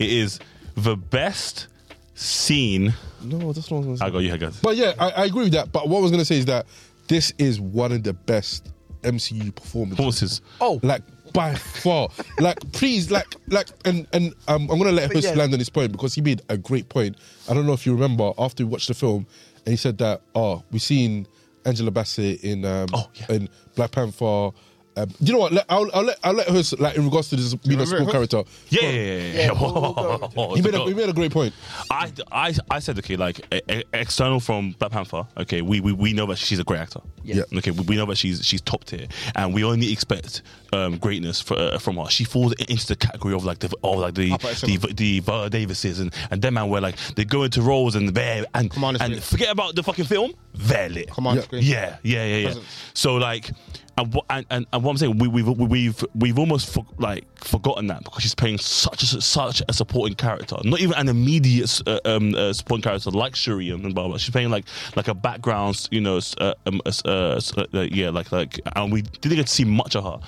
It is the best scene. No, that's not. I got you, guys. But yeah, I, I agree with that. But what I was gonna say is that this is one of the best MCU performances. Horses. Oh, like by far. like please, like like, and and um, I'm gonna let But Host yeah. land on this point because he made a great point. I don't know if you remember after we watched the film, and he said that oh, we seen Angela Bassett in um Oh, in Black Panther. Um, you know what? Let, I'll, I'll let I'll let Host like in regards to this being a remember small Host? character. Yeah, yeah, yeah, yeah. yeah. He made a- he made a great point. I, I, I said okay, like e- e- external from Black Panther. Okay, we, we we know that she's a great actor. Yeah. Okay, we, we know that she's she's top tier, and we only expect um, greatness for, uh, from her. She falls into the category of like the of like the Upper the, echelon. the, Viola Davises and and them man where like they go into roles and bare and and forget about the fucking film. They're lit. Come on yeah. screen. Yeah, yeah, yeah, yeah. Presence. So like, and what and, and, and what I'm saying, we, we've we- we've we've almost for, like forgotten that because she's playing such a, such a supporting character, not even an immediate uh, um, uh, supporting character like Shuri and blah blah. She's playing like like a background, you know, s- uh, um, uh, s- uh, s- uh, uh, yeah, like like, and we didn't get to see much of her,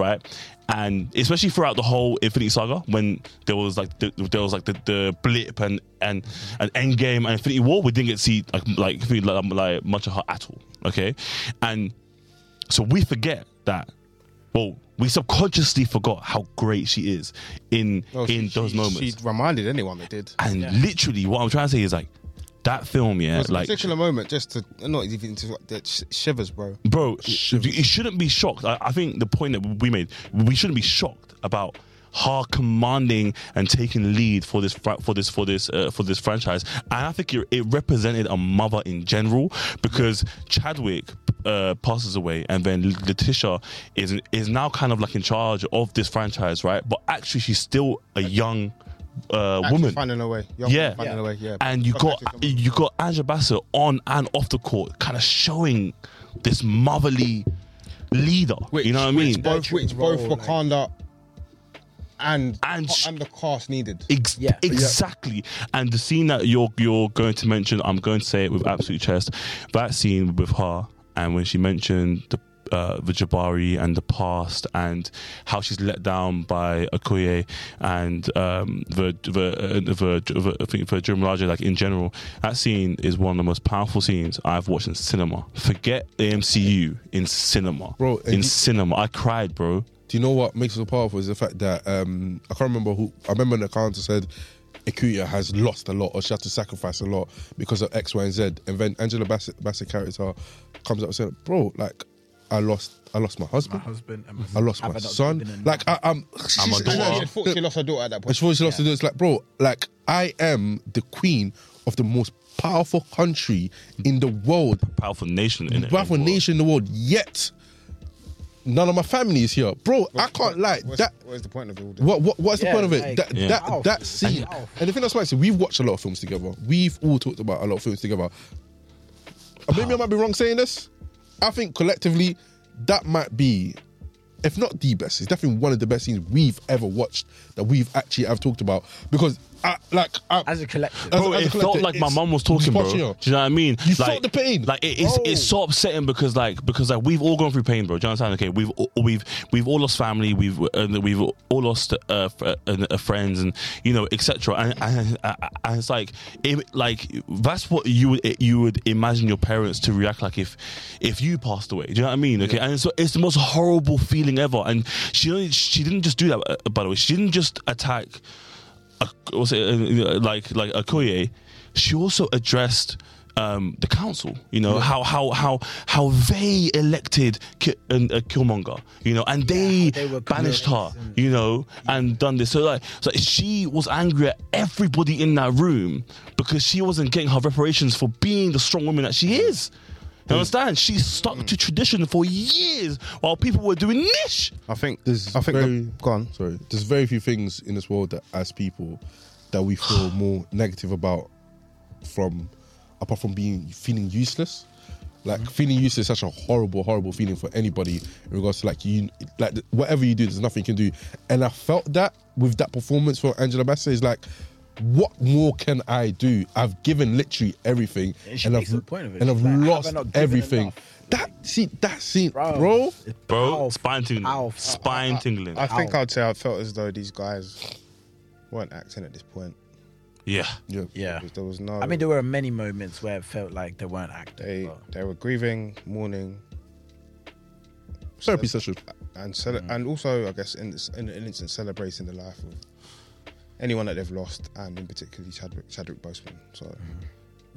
right? And especially throughout the whole Infinity Saga, when there was like the, there was like the, the blip and and and Endgame and Infinity War, we didn't get to see like like like, like much of her at all. Okay, and so we forget that. Well, we subconsciously forgot how great she is in No, Oh, she- in those she- moments. She reminded anyone that did. and literally, what I'm trying to say is like that film, It yeah, was a like. particular moment, just to not even to that sh- shivers, bro. Bro, you shouldn't be shocked. I, I think the point that we made, we shouldn't be shocked about her commanding and taking lead for this fra- for this for this uh, for this franchise. And I think it, it represented a mother in general because Chadwick uh, passes away, and then Letitia is is now kind of like in charge of this franchise, right? But actually, she's still a young uh, Actually woman finding a way. Young yeah, woman finding a way. Yeah. And you Got got you got Angela Bassett on and off the court, kind of showing this motherly leader. you know what I mean? Which both, which both Wakanda and and, the cast needed. Ex- Exactly. And the scene that you're you're going to mention, I'm going to say it with absolute chest. That scene with her and when she mentioned the uh, the Jabari and the past and how she's let down by Okoye and um, the the, uh, the, the I think for Jumalaja like in general that scene is one of the most powerful scenes I've watched in cinema. Forget the MCU in cinema, Bro, and In you- cinema, I cried, bro. Do you know what makes it so powerful is the fact that um, I can't remember who. I remember an account that said Ikuya has lost a lot or she had to sacrifice a lot because of X, Y, and Z. And then Angela Bassett, Bassett character comes up and said, "Bro, like I lost, I lost my husband, husband and I lost Have my I not son. given enough?" Like I, I'm, She's- she's- she thought she lost her daughter at that as point. far as she loves to do, it's like, bro, like I am the queen of the most powerful country in the world, Powerful nation in it. powerful nation in the world. Yet none of my family is here, bro. I can't lie. What's, That what's the point of all this? what, what what's Yeah, the point of it? like- that Yeah. that that scene. Powerful. And the thing that's why I say we've watched a lot of films together. We've all talked about a lot of films together. And Maybe I might be wrong saying this. I think collectively that might be, if not the best, it's definitely one of the best scenes we've ever watched that we've actually have talked about because I, like I, as a collective. as a- Bro, as a it felt collective, like my it's- mum was talking, bro. it's Do you know partial. what I mean? You like, felt the pain. Oh. Like it- it's Bro. it's so upsetting because like because like we've all gone through pain, bro. Do you understand? Okay, we've all- we've we've all lost family, we've and we've all lost uh, fr- uh, uh, friends, and you know, etc. And, and, and it's like it, like that's what you would you would imagine your parents to react like if if you passed away. Do you know what I mean? Okay, and so it's the most horrible feeling ever. And she only, she didn't just do that. uh, By the way, she didn't just attack a- what's it uh, like like Okoye, she also addressed um, the council. You know how how how how they elected Ki- and, uh, Killmonger. You know, and they, they were banished her. You know, and done this. So like, so she was angry at everybody in that room because she wasn't getting her reparations for being the strong woman that Mm. she is. You understand? She stuck to tradition for years while people were doing niche. I think There's I think very, the, go on. sorry. There's very few things in this world that, as people, that we feel more negative about, from apart from being feeling useless. Like Mm-hmm. feeling useless, is such a horrible, horrible feeling for anybody in regards to like you, like whatever you do, there's nothing you can do. And I felt that with that performance for Angela Bassett is like, what more can I do? I've given literally everything, And she and makes I've a point of it. and She's I've like, have I lost not given everything. enough? That see that scene, bro. Bro, spine tingling. Uh, Spine tingling. I think I'd say I felt as though these guys weren't acting at this point. Yeah. Yeah. Yeah. There was no. I mean, Oh. there were many moments where it felt like they weren't acting. they they were grieving, mourning, Therapy session. and cele- Mm. and also I guess in, this, in an instance celebrating the life of anyone that they've lost, and in particularly Chadwick, Chadwick Boseman. So Mm-hmm.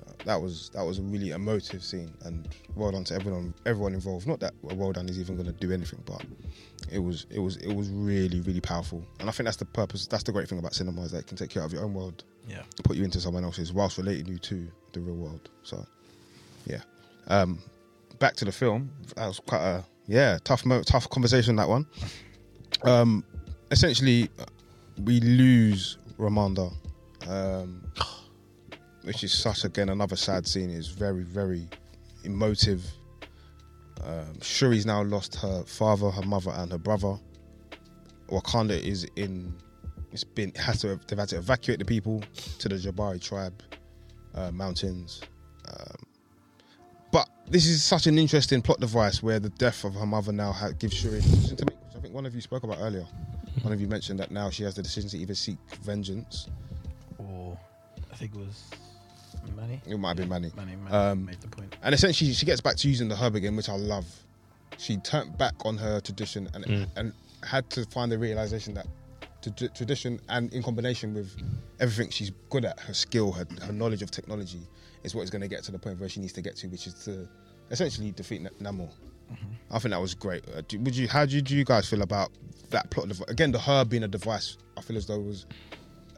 uh, that was that was a really emotive scene, and well done to everyone everyone involved. Not that well done is even going to do anything, but it was it was it was really really powerful, and I think that's the purpose. That's the great thing about cinema is that it can take you out of your own world, Yeah. put you into someone else's, whilst relating you to the real world. So yeah. Um, back to the film. That was quite a yeah tough mo- tough conversation that one. Um, essentially, we lose Ramanda, um, which is such again another sad scene. It's very very emotive. Um, Shuri's now lost her father, her mother, and her brother. Wakanda is in. It's been has to they've had to evacuate the people to the Jabari tribe uh, mountains. Um, but this is such an interesting plot device where the death of her mother now ha- gives Shuri a decision to make. Which I think one of you spoke about earlier. One of you mentioned that now she has the decision to either seek vengeance. Or I think it was Manny. It might have been Manny. Manny, Manny Um, made the point. And essentially, she gets back to using the herb again, which I love. She turned back on her tradition and Mm. and had to find the realization that t- t- tradition and in combination with everything she's good at, her skill, her, her knowledge of technology, is what is going to get to the point where she needs to get to, which is to essentially defeat N- Namor. I think that was great. Uh, do, would you? How do, do you guys feel about that plot? Dev- again, the herb being a device, I feel as though was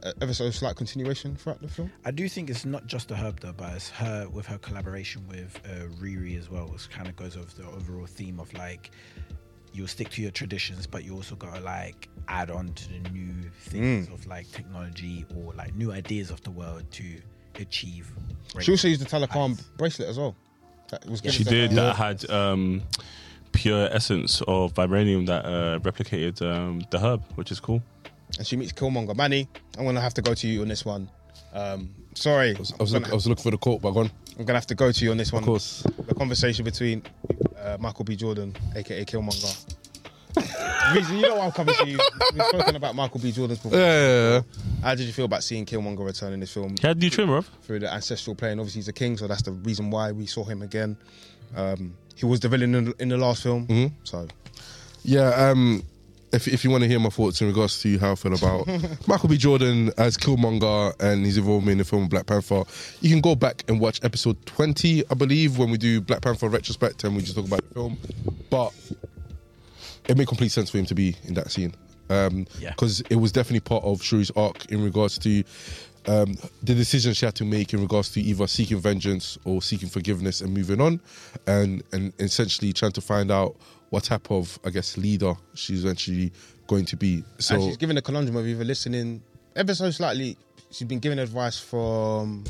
uh, ever so slight continuation throughout the film. I do think it's not just the herb though, but it's her with her collaboration with uh, Riri as well. It kind of goes over the overall theme of like you'll stick to your traditions, but you also gotta like add on to the new Mm. things of like technology or like new ideas of the world to achieve. She also used the Talakan bracelet as well. That was given She to did. her. That had um, pure essence of vibranium that uh, replicated um, the herb, which is cool. and she meets Killmonger. Manny, I'm gonna have to go to you on this one. Um, sorry, I I was, look, I was looking for the quote, but gone. I'm gonna have to go to you on this one. Of course. The conversation between uh, Michael B. Jordan, aka Killmonger. Reason, you know why I'm coming to you. We've spoken about Michael B. Jordan's performance. Yeah. How did you feel about seeing Killmonger return in this film He had new trim, bruv. through the ancestral plane? Obviously, he's a king, so that's the reason why we saw him again. Um, he was the villain in, in the last film, Mm-hmm. so Yeah. Um, if, if you want to hear my thoughts in regards to how I feel about Michael B. Jordan as Killmonger and his involvement in the film Black Panther, you can go back and watch episode 20, I believe, when we do Black Panther retrospect and we just talk about the film. But it made complete sense for him to be in that scene. Um, Yeah. because it was definitely part of Shuri's arc in regards to um, the decision she had to make in regards to either seeking vengeance or seeking forgiveness and moving on, and and essentially trying to find out what type of I guess leader she's eventually going to be. and So she's given a conundrum of either listening ever so slightly. She's been given advice from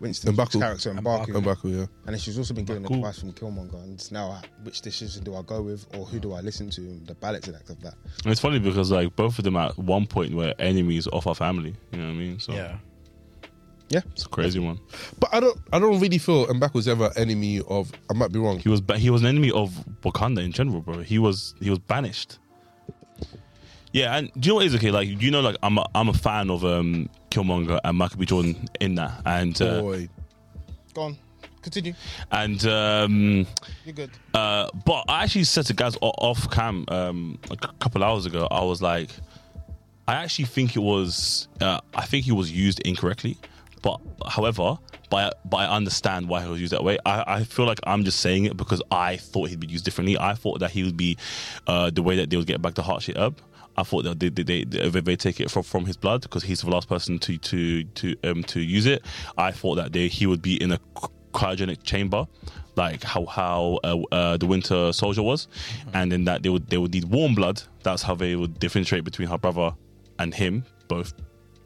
Winston's M'Baku. character and Go back, yeah. and then she's also been given M'Baku. advice from Killmonger. And it's now, which decision do I go with, or who do I listen to? and The balancing act of that. And it's funny because like both of them at one point were enemies of our family. You know what I mean? So Yeah. it's a crazy one. But I don't I don't really feel Mbaku was ever enemy of. I might be wrong. He was ba- he was an enemy of Wakanda in general, bro. He was he was banished. Yeah, and do you know what is okay? Like you know, like I'm a, I'm a fan of um Killmonger and Michael B. Jordan in that, and uh, Boy, Go on, continue. and um, You're good. Uh, but I actually said to guys o- off cam um, a c- couple hours ago. I was like, I actually think it was, uh, I think he was used incorrectly. But however, but I, but I understand why he was used that way. I, I feel like I'm just saying it because I thought he'd be used differently. I thought that he would be uh, the way that they would get back the heart shit up. I thought that they they, they, they, they take it from, from his blood because he's the last person to to to um, to use it. I thought that they, he would be in a c- cryogenic chamber, like how how uh, uh, the Winter Soldier was, and then that they would they would need warm blood. That's how they would differentiate between her brother and him, both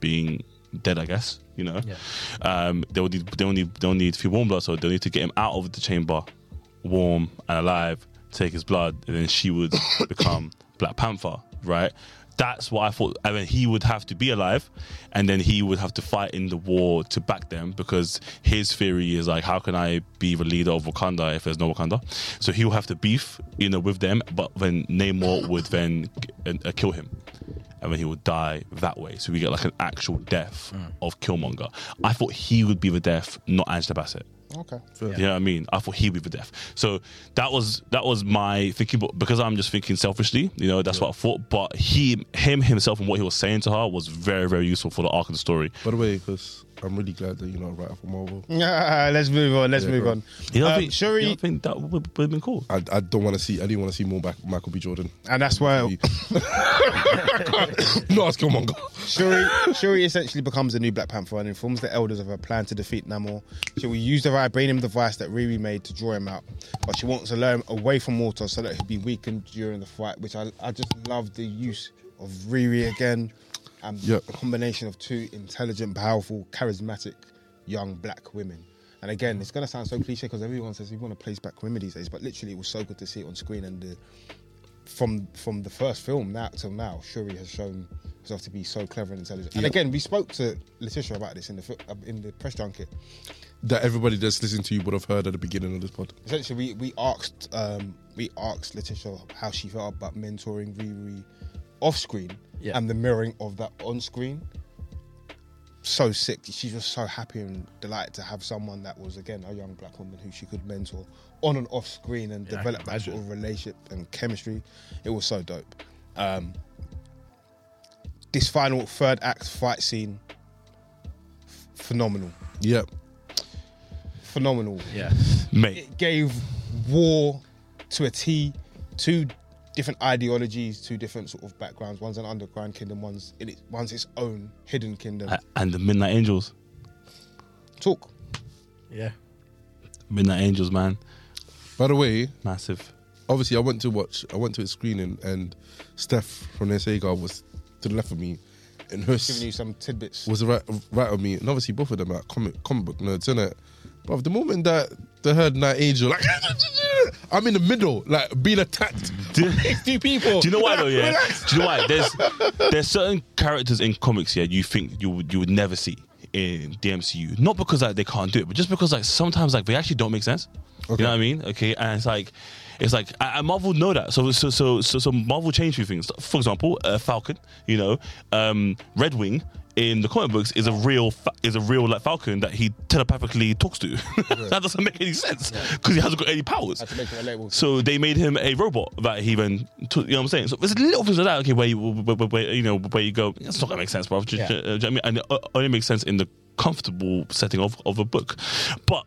being dead, I guess. You know, um, they would need they will need they will need few warm blood, so they'll need to get him out of the chamber, warm and alive. Take his blood, and then she would become Black Panther, right? that's what I thought. I mean, he would have to be alive, and then he would have to fight in the war to back them because his theory is like, how can I be the leader of Wakanda if there's no Wakanda? So he will have to beef, you know, with them. But then Namor would then uh, kill him, and then he would die that way. So we get like an actual death of Killmonger. I thought he would be the death, not Angela Bassett. Okay. Yeah. You know what I mean? I thought he'd be the death. So that was that was my thinking, but because I'm just thinking selfishly, you know, that's what I thought. But he him himself and what he was saying to her was very, very useful for the arc of the story. By the way, because I'm really glad that you're not a writer for Marvel. Yeah, Ah, let's move on. Let's Yeah, move bro. on. You know, I Um, think, Shuri- you know, I think that would, would have been cool. I, I don't want to see. I didn't want to see more back Michael B. Jordan. And that's why no, ask Killmonger. Shuri, Shuri essentially becomes the new Black Panther and informs the elders of her plan to defeat Namor. She will use the vibranium device that Riri made to draw him out, but she wants to lure him away from water so that he'll be weakened during the fight, which I, I just love the use of Riri again and Yep. the combination of two intelligent, powerful, charismatic young black women. And again, it's going to sound so cliche because everyone says we want to place black women these days, but literally it was so good to see it on screen and the from from the first film now till now, Shuri has shown herself to be so clever and intelligent. And Yep. again, we spoke to Letitia about this in the fi- uh, in the press junket. That everybody that's listening to you would have heard at the beginning of this pod. Essentially, we we asked um, we asked Letitia how she felt about mentoring Riri off screen Yeah. and the mirroring of that on screen. So sick. She was so happy and delighted to have someone that was again a young black woman who she could mentor on and off screen and Yeah, I can develop that sort imagine. of relationship and chemistry. It was so dope. Um, this final third act fight scene, f- phenomenal, Yep. phenomenal. Yeah. Mate, It gave war to a T, two different ideologies, two different sort of backgrounds. One's an underground kingdom, one's in it, one's its own hidden kingdom. a- uh, and the Midnight Angels. Talk. Yeah. Midnight Angels, man. By the way, Massive. obviously I went to watch I went to its screening and Steph from their Sega was to the left of me and her Giving you s- some tidbits. was right right of me and obviously both of them are comic comic book nerds, innit? But the moment that they heard Night Angel, like I'm in the middle, like being attacked by fifty people. Do you know why though? Yeah. Do you know why? There's there's certain characters in comics yeah you think you would you would never see in the MCU. Not because like they can't do it, but just because like sometimes like they actually don't make sense. You know what I mean? Okay, and it's like it's like and and Marvel know that. So so so so, so Marvel changed few things. For example, uh, Falcon. You know, um, Red Wing. In the comic books, is a real fa- is a real like Falcon that he telepathically talks to. that doesn't make any sense because he hasn't got any powers. Had to make it relatable. So they made him a robot that he then took. You know what I'm saying? So there's little things like that. Okay, where you, where, where- where, you know where you go, it's not gonna make sense, bro. Do, you- Yeah. do you know what I mean? And it o- only makes sense in the comfortable setting of, of a book. But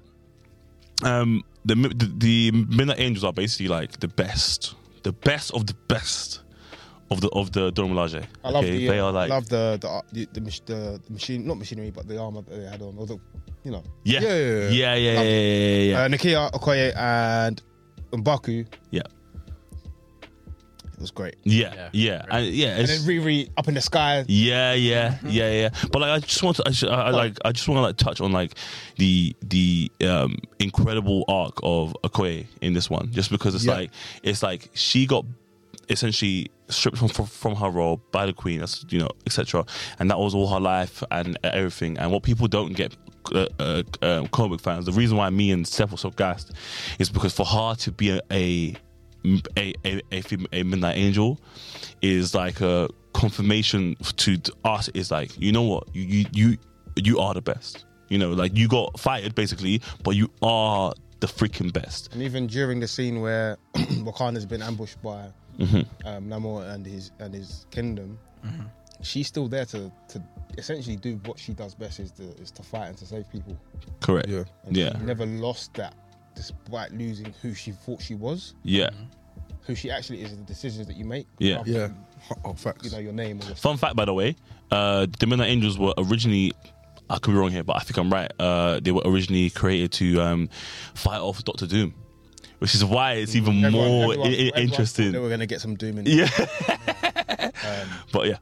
um, the mi- the the Midnight Angels are basically like the best, the best of the best of the of the Dora Milaje. I love okay? the, they uh, are like love the the, ar- the, the, mach- the the machine, not machinery, but the armor that they had on, or the, you know, yeah Yeah, yeah, yeah yeah yeah yeah, yeah, yeah. uh, Nakia Okoye and Mbaku. Yeah. It was great. yeah, yeah, and yeah, And it's- then Riri up in the sky. Yeah, yeah, yeah, yeah. But like, I just want to, I, just, I, I like, I just want to like touch on like the the um incredible arc of Okoye in this one, just because it's Yeah. like it's like she got essentially stripped from, from from her role by the queen, that's you know, etc. And that was all her life and everything. And what people don't get. Uh, uh, um, comic fans. The reason why me and Steph were so gassed is because for her to be a a a, a, a, fem- a midnight angel is like a confirmation to to us is like you know what you you you, you are the best you know like you got fired basically but you are the freaking best And even during the scene where Wakanda's been ambushed by Mm-hmm. um, Namor and his and his kingdom, she's still there to to essentially do what she does best is to is to fight and to save people. correct Yeah. And yeah she never lost that, despite losing who she thought she was. yeah Who she actually is, the decisions that you make. Yeah. rather Yeah. than, Oh, facts. You know your name. Or your Fun fact, by the way, uh, the Midnight Angels were originally. I could be wrong here, but I think I'm right. Uh, they were originally created to um, fight off Doctor Doom, which is why it's even Everyone- more Mm-hmm. everyone- i- i- everyone thought interesting. They were going to get some doom in. yeah, Um, but yeah,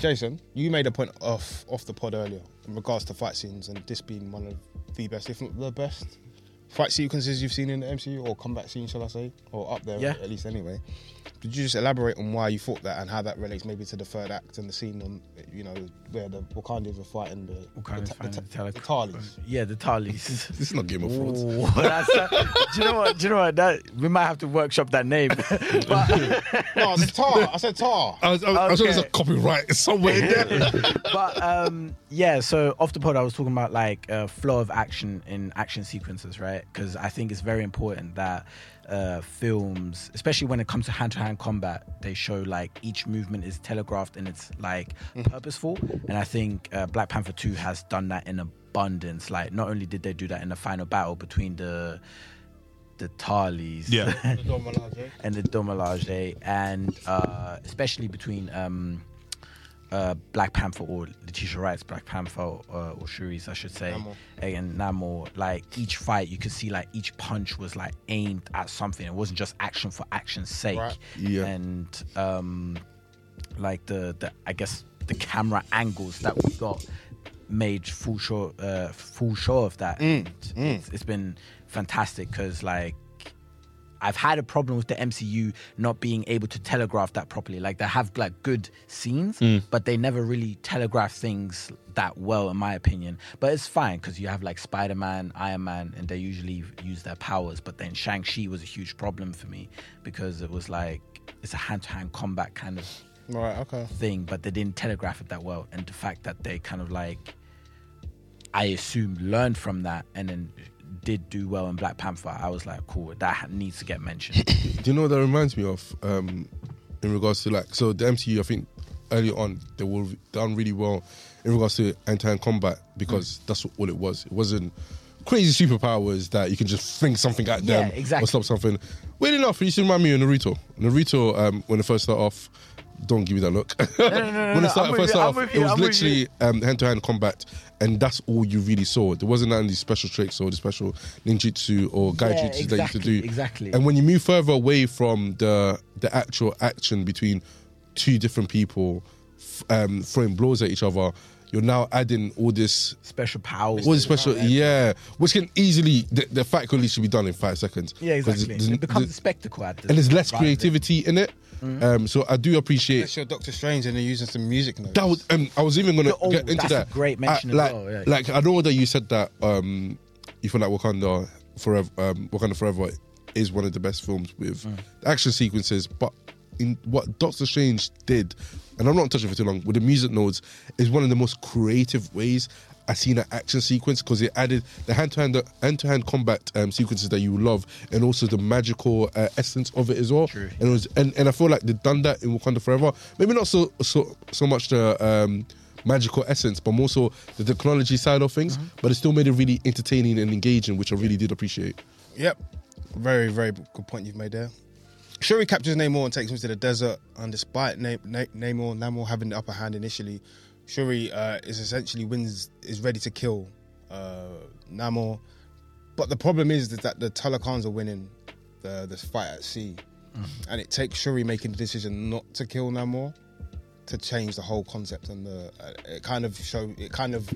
Jason, you made a point off off the pod earlier in regards to fight scenes and this being one of the best, if not the best, fight sequences you've seen in the MCU or combat scenes, shall I say, or up there Yeah. at least anyway. Could you just elaborate on why you thought that and how that relates maybe to the third act and the scene on you know where the Wakandans were fighting the Wakandans the, Ta- the, fighting Ta- the the Talis? Yeah, the Talis. this is not Game of Thrones. do you know what? Do you know what? That, we might have to workshop that name. but, no, it's Tar. I said Tar. I was, I was, I was Okay. there's a copyright somewhere in there. but um, yeah, so off the pod, I was talking about like uh, flow of action in action sequences, right? Because I think it's very important that uh, films, especially when it comes to hand-to-hand combat, they show like each movement is telegraphed and it's like purposeful. And I think uh, Black Panther Two has done that in abundance. Like, not only did they do that in the final battle between the the Talis, Yeah. and the Dommelage, and uh, especially between um, uh, Black Panther or Letitia Wright's Black Panther uh, or Shuri's, I should say, and Namor. Like each fight, you could see like each punch was like aimed at something. It wasn't just action for action's sake. Right. Yeah. And um, like the, the I guess the camera angles that we got made full sure uh, full sure of that. And It's, it's been fantastic because like I've had a problem with the MCU not being able to telegraph that properly. Like they have like good scenes, but they never really telegraph things that well, in my opinion. But it's fine because you have like Spider Man, Iron Man, and they usually use their powers. But then Shang Chi was a huge problem for me because it was like it's a hand to hand combat kind of Right. Okay. thing, but they didn't telegraph it that well. And the fact that they kind of like, I assume, learned from that and then did do well in Black Panther, I was like, cool, that needs to get mentioned. Do you know what that reminds me of? Um, in regards to like, so the MCU, I think earlier on they were done really well in regards to anti combat because Mm. that's all it was. It wasn't crazy superpowers that you can just fling something at Yeah, them exactly. or stop something. Weird enough, you should remind me of Naruto. Naruto, um, when it first started off. Don't give me that look. no, when no, it started, I'm first with you, started I'm off, with it you, was I'm with you. literally um, hand-to-hand combat, and that's all you really saw. There wasn't any special tricks or the special ninjutsu or Yeah, gaijutsu that you used to exactly, do. exactly. And when you move further away from the the actual action between two different people f- um, throwing blows at each other, you're now adding all this Special powers. all this special, yeah, which can easily the, the fight could literally be done in five seconds. Yeah, 'Cause exactly. there's- It becomes a there's- spectacle at this and there's less rather than- Mm. creativity in it. Um, so I do appreciate That's your Doctor Strange, and they're using some music notes. that was um, I was even gonna Oh, get into that's a that. great I- mention as like, well, yeah. like I know that you said that um, you feel like Wakanda Forever, um, Wakanda Forever is one of the best films with Mm. action sequences, but in what Doctor Strange did, and I'm not touching for too long, with the music nodes is one of the most creative ways. I seen an action sequence because it added the hand-to-hand hand-to-hand combat um, sequences that you love, and also the magical uh, essence of it as well. True. And it was, and, and I feel like they've done that in Wakanda Forever. Maybe not so so so much the um, magical essence, but more so the technology side of things. But it still made it really entertaining and engaging, which I really did appreciate. Yep. Very, very good point you've made there. Shuri captures Namor and takes him to the desert, and despite Na- Na- Namor and Namor having the upper hand initially, Shuri uh, is essentially wins is ready to kill uh, Namor. But the problem is that the Talakans are winning the this fight at sea, and it takes Shuri making the decision not to kill Namor to change the whole concept, and the uh, it kind of show it kind of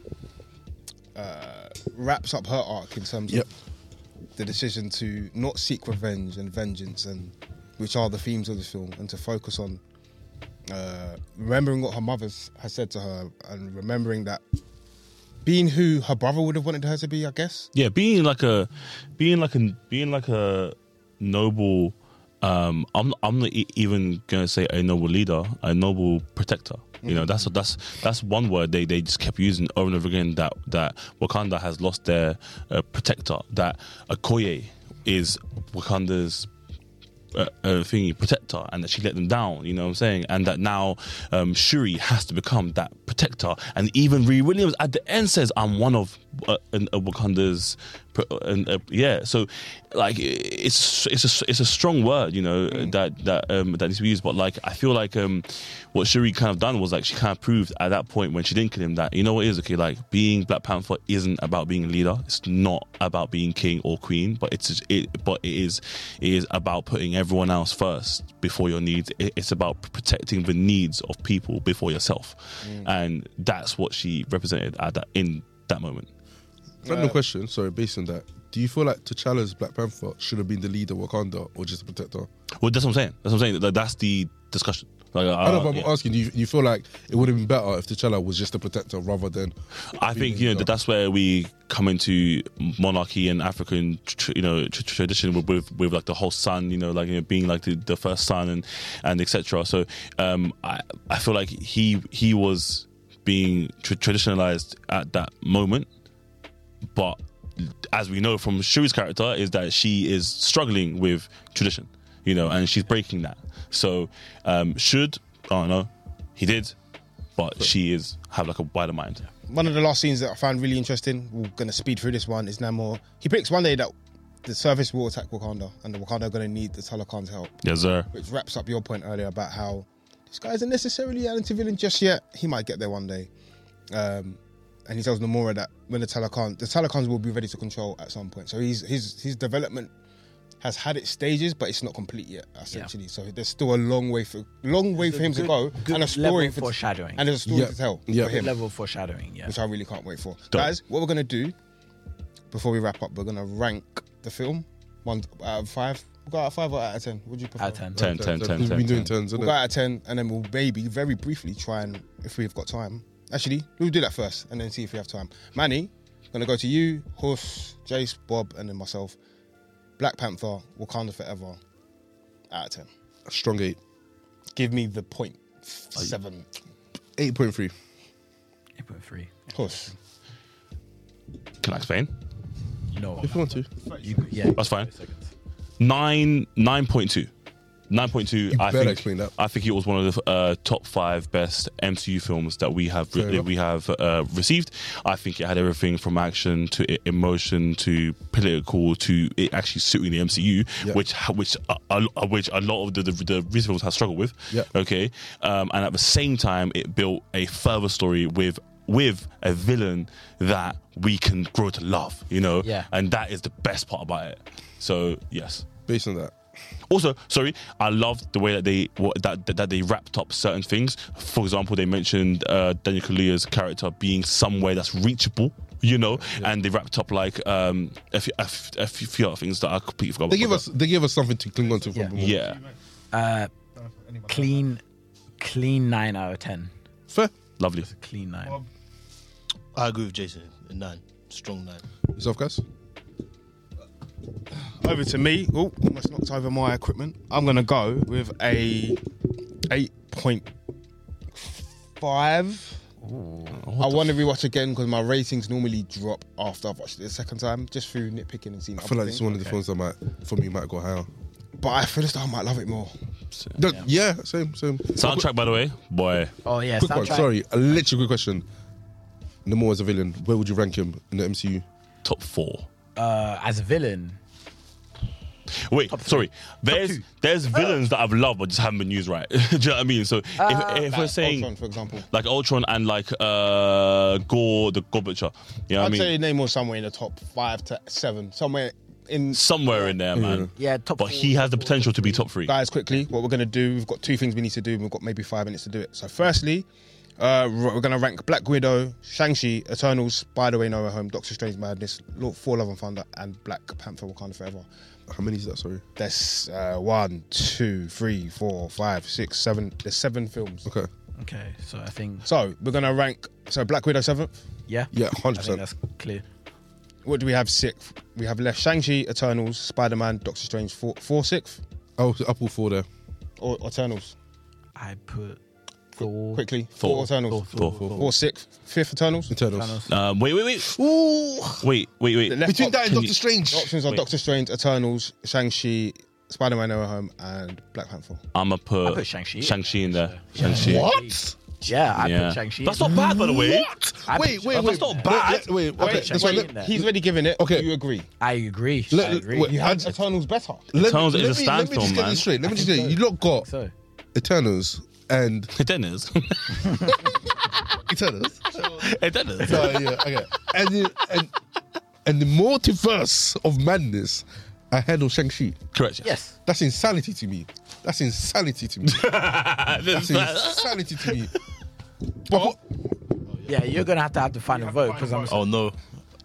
uh, wraps up her arc in terms Yep. of the decision to not seek revenge and vengeance and which are the themes of the film and to focus on uh, remembering what her mother s- has said to her and remembering that being who her brother would have wanted her to be i guess yeah being like a being like a being like a noble um i'm i'm not e- even gonna say a noble leader a noble protector you know that's that's that's one word they they just kept using over and over again that that wakanda has lost their uh, protector that okoye is wakanda's uh, uh, thingy protector and that she let them down you know what i'm saying and that now um, shuri has to become that protector and even Ree williams at the end says i'm one of uh, an- uh, wakanda's pr- uh, and uh, yeah so like i- it's it's a, it's a strong word you know that that um, that needs to be used but like i feel like um, what shuri kind of done was like she kind of proved at that point when she didn't kill him that you know what it is okay like being black panther isn't about being a leader it's not about being king or queen but it's it but it is it is about putting everyone else first before your needs It- it's about protecting the needs of people before yourself and that's what she represented at that in that moment Random question, sorry, based on that, Do you feel like T'Challa's Black Panther should have been the leader of Wakanda or just the protector? Well, that's what I'm saying. That's what I'm saying. Like, that's the discussion. Like, I don't know, but Uh, yeah. I'm asking, do you, you feel like it would have been better if T'Challa was just the protector rather than. I think you know that that's where we come into monarchy and African, tr- you know, tr- tr- tradition with, with with like the whole son, you know, like you know, being like the, the first son and and etc. So um, I I feel like he he was being tr- traditionalized at that moment, but as we know from Shuri's character is that she is struggling with tradition, you know, and she's breaking that. So um, should I don't know, he did, but she is have like a wider mind. One of the last scenes that I found really interesting, we're going to speed through this one, is Namor. He picks one day that the service will attack Wakanda and the Wakanda are going to need the Talakan's help. Yes, sir. Which wraps up your point earlier about how this guy isn't necessarily an anti-villain just yet. He might get there one day. Um, and he tells Namora that when the Talakan, the Talakans will be ready to control at some point. So he's, his, his development has had its stages, but it's not complete yet, essentially. So there's still a long way for long way It's for a him to good- go, good and a story level for foreshadowing. and there's a story Yeah. to tell Yeah. for him. Good level foreshadowing, yeah. which I really can't wait for. Guys, what we're gonna do before we wrap up, we're gonna rank the film one out of five. We'll go out of five or out of ten? Would you prefer? Out of 10. 10, 10, 10, We've been doing 10s, We'll isn't go it? out of ten, and then we'll maybe very briefly try and if we've got time. Actually, we'll do that first, and then see if we have time. Manny, gonna go to you, Horse, Jace, Bob, and then myself. Black Panther, Wakanda Forever, out of ten. A strong eight. Give me the point seven. 8.3. 8.3. Horse. Can I explain? No. If you want to. yeah. That's fine. Nine nine point two. Nine point two. I better think. explain that. I think it was one of the uh, top five best MCU films that we have Fair enough. we have uh, received. I think it had everything from action to e- emotion to political to it actually suiting the MCU, Yeah. which ha- which a, a, which a lot of the the, the recent films have struggled with. Yeah. Okay, um, and at the same time, it built a further story with with a villain that we can grow to love. You know, Yeah. and that is the best part about it. So yes. Based on that. Also, sorry, I loved the way that they what, that that they wrapped up certain things. For example, they mentioned uh, Daniel Kaluuya's character being somewhere that's reachable, you know, and they wrapped up like um, a, few, a, f- a few- few other things that I completely forgot. They about. give us they give us something to cling on to from Yeah. the moment. yeah, Uh, clean, clean 9 out of 10. Fair. lovely. Clean 9. I agree with Jason. A nine, strong nine. Yourself, guys? Over to me. Oh, almost knocked over my equipment. I'm gonna go with a eight point five. I want to rewatch again because my ratings normally drop after I've watched it the second time, just through nitpicking and seeing. I feel like it's one of the films that might, for me, might go higher. but I feel as though I might love it more. No, yeah. same, same. Soundtrack, by the way, boy. Oh, yeah. Quick one, soundtrack. sorry. A literal quick question. Namor as a villain, where would you rank him in the MCU? top four. Uh, as a villain. Wait, sorry. There's there's villains that I've loved but just haven't been used right. Do you know what I mean? So if, Ah, if we're saying Ultron, for example, like Ultron and like uh Gore the God Butcher, you know what I I'd mean? say Namor somewhere in the top five to seven, somewhere in. somewhere in there, man. Yeah, top But four, he has the potential to be top three. Guys, quickly, what we're gonna do? We've got two things we need to do, and we've got maybe five minutes to do it. So, firstly, uh, r- we're gonna rank Black Widow, Shang Chi, Eternals, By the Way, No Way Home, Doctor Strange Madness, Lord For Love and Thunder, and Black Panther: Wakanda Forever. How many is that? Sorry. There's uh, one, two, three, four, five, six, seven. There's seven films. Okay. Okay, so I think, So we're gonna rank. So Black Widow seventh. yeah. Yeah, I think 100%. that's clear. What do we have sixth? We have left Shang Chi, Eternals, Spider Man, Doctor Strange four, four sixth, Oh, so up all four there. or Eternals. I put Thor. Quickly, Four. four Eternals, Thor. four sixth, fifth Eternals. Eternals. Um, wait, wait, wait, Ooh. wait, wait, wait. The left Between op- that and Can Doctor you- Strange. options are Wait. Doctor Strange, Eternals, Shang Chi, Spider Man: No Way Home, and Black Panther. I'ma I put, put Shang-Chi. Shang-Chi in there. Shang-Chi. What? Yeah, I Yeah. put Shang-Chi. That's not bad, by the way. I put Wait, wait, Shang-Chi wait. in there. not bad. Wait, wait, I put okay. That's Shang-Chi why in let, there. He's already given it. Okay. Do you agree? I agree. I let, agree. wait, You had I- Eternals better. let, Eternals is a me, let me standstill, just get man. this straight. Let me just get you lot got so. Eternals and Dennis. Eternals. Dennis. So, yeah, okay. And, the- and, and the multiverse of madness ahead of Shang-Chi. Correct. Yes. That's insanity to me. That's insanity to me. That's insanity to me. But Yeah, you're gonna have to have the final vote because I'm. Oh no,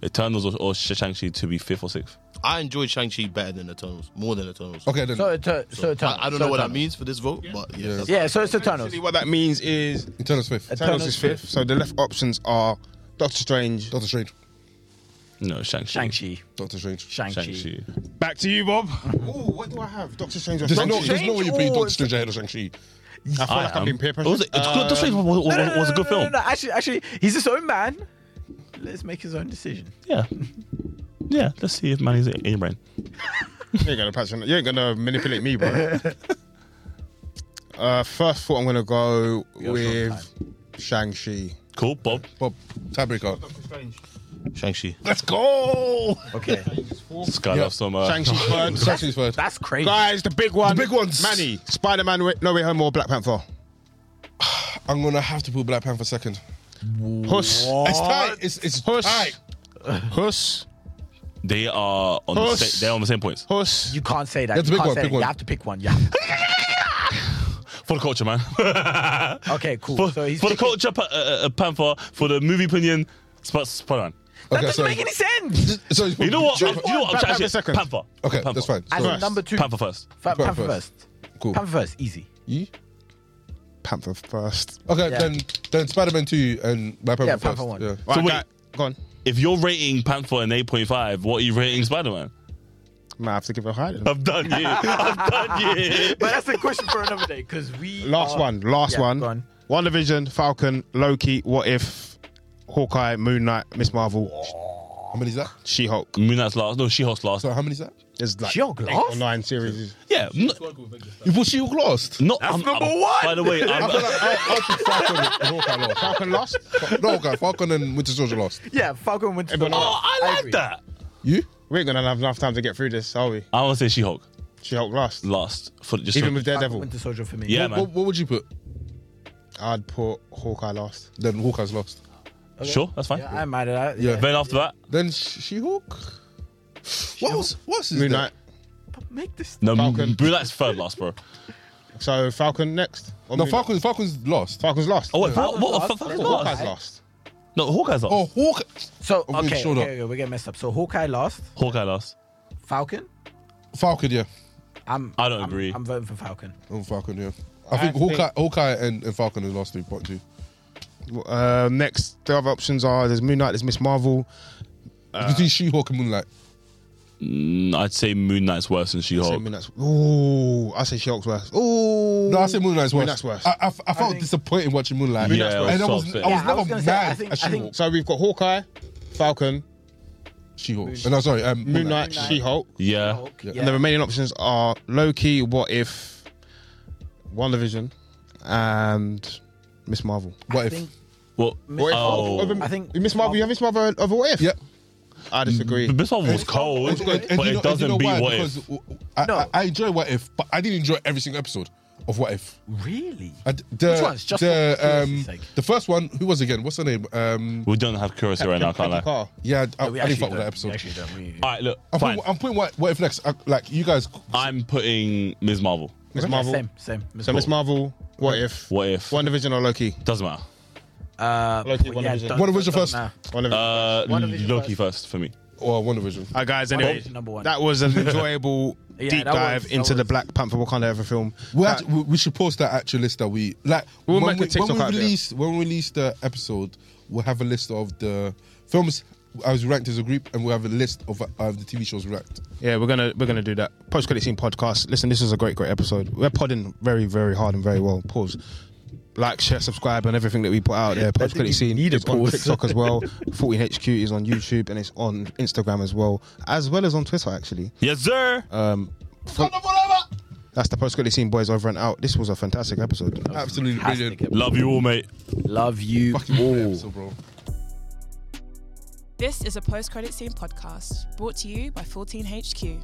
Eternals or, or Shang-Chi to be fifth or sixth? I enjoyed Shang-Chi better than Eternals, more than Eternals. Okay, then- So Eter- so Eternals, I, I don't so know what that Eternals. means for this vote, but yeah. that's- Yeah, so it's Eternals. Essentially, what that means is Eternals fifth. Eternals is fifth. So the left options are Doctor Strange. Doctor Strange. No, Shang-Chi. Shang-Chi. Doctor Strange. Shang-Chi. Back to you, Bob. Oh, what do I have? Doctor Strange. Or There's Shang-Chi? no, there's no way you put Doctor Strange ahead of Shang-Chi. I feel like I'm being peer Uh, It pressured. was- it's good- Doctor Strange was- was- no, no, was- was a no, good no, no, film. no, Actually, actually, he's his own man. Let's make his own decision. Yeah. Yeah, let's see if Manny's in your brain. You ain't gonna patch on. You ain't gonna manipulate me, bro. uh, first thought, I'm gonna go with Shang Chi. Cool, Bob. Bob, tiebreaker. Shang-Chi. Let's go. Okay. Skylar Yeah. some. Uh, Shang-Chi's third. Shang-Chi's third. That's crazy. Guys, the big one. The big ones. Manny, Spider Man, No Way Home, or Black Panther. I'm gonna have to put Black Panther second. Huss. It's tight. It's it's Huss. tight. Huss. They are on the Us. sa- they're on the same points. Huss. You can't say that. You have to pick You, can't one, say pick that. one. you have to pick one. Yeah. For the culture, man. Okay, cool. for so he's for the picking- culture, pa- uh, uh, Panther. For the movie opinion, Sp- Spider-Man. That Okay, doesn't so- make any sense. So he's You know what? put- you know what? I'm Panther trying to say second. Panther. Okay, Panther. that's fine. As So, number two, Panther first. Fa- Go on Panther first. first. Cool. Panther first. Easy. you? Panther first. Okay, Yeah. then then Spider-Man two and Black Panther Yeah, first. Panther one. Yeah. So Right, wait. guy- go on. If you're rating Panther an 8.5, what are you rating Spider-Man? Might have to give it a higher. than- I've done you. I've done you. But that's a question for another day because we. Last are- one. Last uh, Yeah, one. go on. One Division, Falcon, Loki, What If, Hawkeye, Moon Knight, Miss Marvel, How many is that? She Hulk. Moon Knight's last. No, She-Hulk's last. So how many is that? There's like She-Hulk eight last? or nine series. Yeah. n- You put She-Hulk last. Not I'm- number I'm- one. By the way, I'm, I feel like I, I put Falcon and Hawkeye last. Falcon lost. Falcon- No, okay, Falcon and Winter Soldier lost. Yeah, Falcon Winter. but Soldier. no- oh, I I like agree. that. You? We ain't gonna have enough time to get through this, are we? I want to say She-Hulk She Hulk lost. last. For just Even with Falcon Daredevil, Winter Soldier for me. yeah, What, man. what would you put? I'd put Hawkeye last. Then Hawkeye's lost. Sure, that's fine. Yeah, I'm mad at that. Yeah. Then after that, Then Sh- She-Hulk. What was what's his Moon name? Knight. Make this. no, Falcon. Moon Knight's third last, bro. So Falcon next. Or No, Moon Falcon. Falcon's lost. Knight? Falcon's lost. Oh wait, what? Falcon's what, last. Fa- Falcon's There's last. Hawkeye's lost. No, Hawkeye's last. Oh, Hawkeye. So Oh, we okay, okay, showed up. okay, we're getting messed up. So Hawkeye last, Hawkeye last. Falcon. Falcon, yeah. I'm. I don't I'm- agree. I'm voting for Falcon. Oh, Falcon, yeah. I, think, Hawkeye, Hawkeye and, and Falcon are the last three point two. Uh, next, the other options are there's Moon Knight, there's Miss Marvel. you can see She-Hulk and Moonlight. Mm, I'd say Moon Knight's worse than I say She-Hulk. Moon Knight's. Ooh, I say She Hulk's worse. Ooh. No, I say Moonlight's worse. Knight's worse. I, I, f- I felt think- disappointed watching Moonlight. Moon Knight's Yeah, worse. and I so was, I was upset. Yeah, I never was gonna mad say, I think- at I think- She-Hulk. So we've got Hawkeye, Falcon, She-Hulk. no, sorry, um, Moon Knight, Knight. She Hulk. Yeah. Hulk. Yeah. And the remaining options are Loki, What If, WandaVision, and Miss Marvel. What I if? think. Well, Miss oh, Marvel. but I think Miss Marvel, you have Miss Marvel over What If? Yeah. I disagree. this one was cold, And- and- and but you know- it and you doesn't know beat why? what because if. w- w- I, No. I- I enjoy What If, but I didn't enjoy every single episode of What If. Really? I Uh, d- the, Which one's just the, for curiosity's um, sake? the first one, who was again? What's her name? Um, We don't have curiosity right now, I can't lie. All Car. yeah, I, No, we I didn't actually fuck with don't. that We episode. actually don't. We- right, look, I'm fine. putting, I'm putting what, what If next. I, like, you guys. I'm putting Ms. Marvel. Miss Yeah, Marvel. Same. Same. Miss So Miss Marvel, What If, What if? WandaVision or Loki? Doesn't matter. Uh, Loki, yeah, WandaVision. don't- WandaVision don't first. matter. WandaVision. Uh, WandaVision Loki first for me. Or WandaVision. All right, guys. Anyway, WandaVision number one. that was an enjoyable Yeah, deep that was- dive that into the was- Black Panther Wakanda ever film. We, But- act- we- we should post that actual list that we like. We'll when, make we, a TikTok when we out of it. release when we release the episode, we'll have a list of the films as ranked as a group, and we'll have a list of, of the TV shows ranked. Yeah, we're gonna we're gonna do that. Post credit scene podcast. Listen, this is a great great episode. We're podding very very hard and very well. Pause. Like, share, subscribe, and everything that we put out there. Post credit scene is on TikTok as well. 14HQ is on YouTube and it's on Instagram as well, as well as on Twitter actually. Yes, sir. Uh, Um, fo- that's the post credit scene, boys. Over and out. This was a fantastic episode. Absolutely Fantastic brilliant. Love you all, mate. Love you Fucking brilliant all. episode, bro. This is a post credit scene podcast brought to you by 14HQ.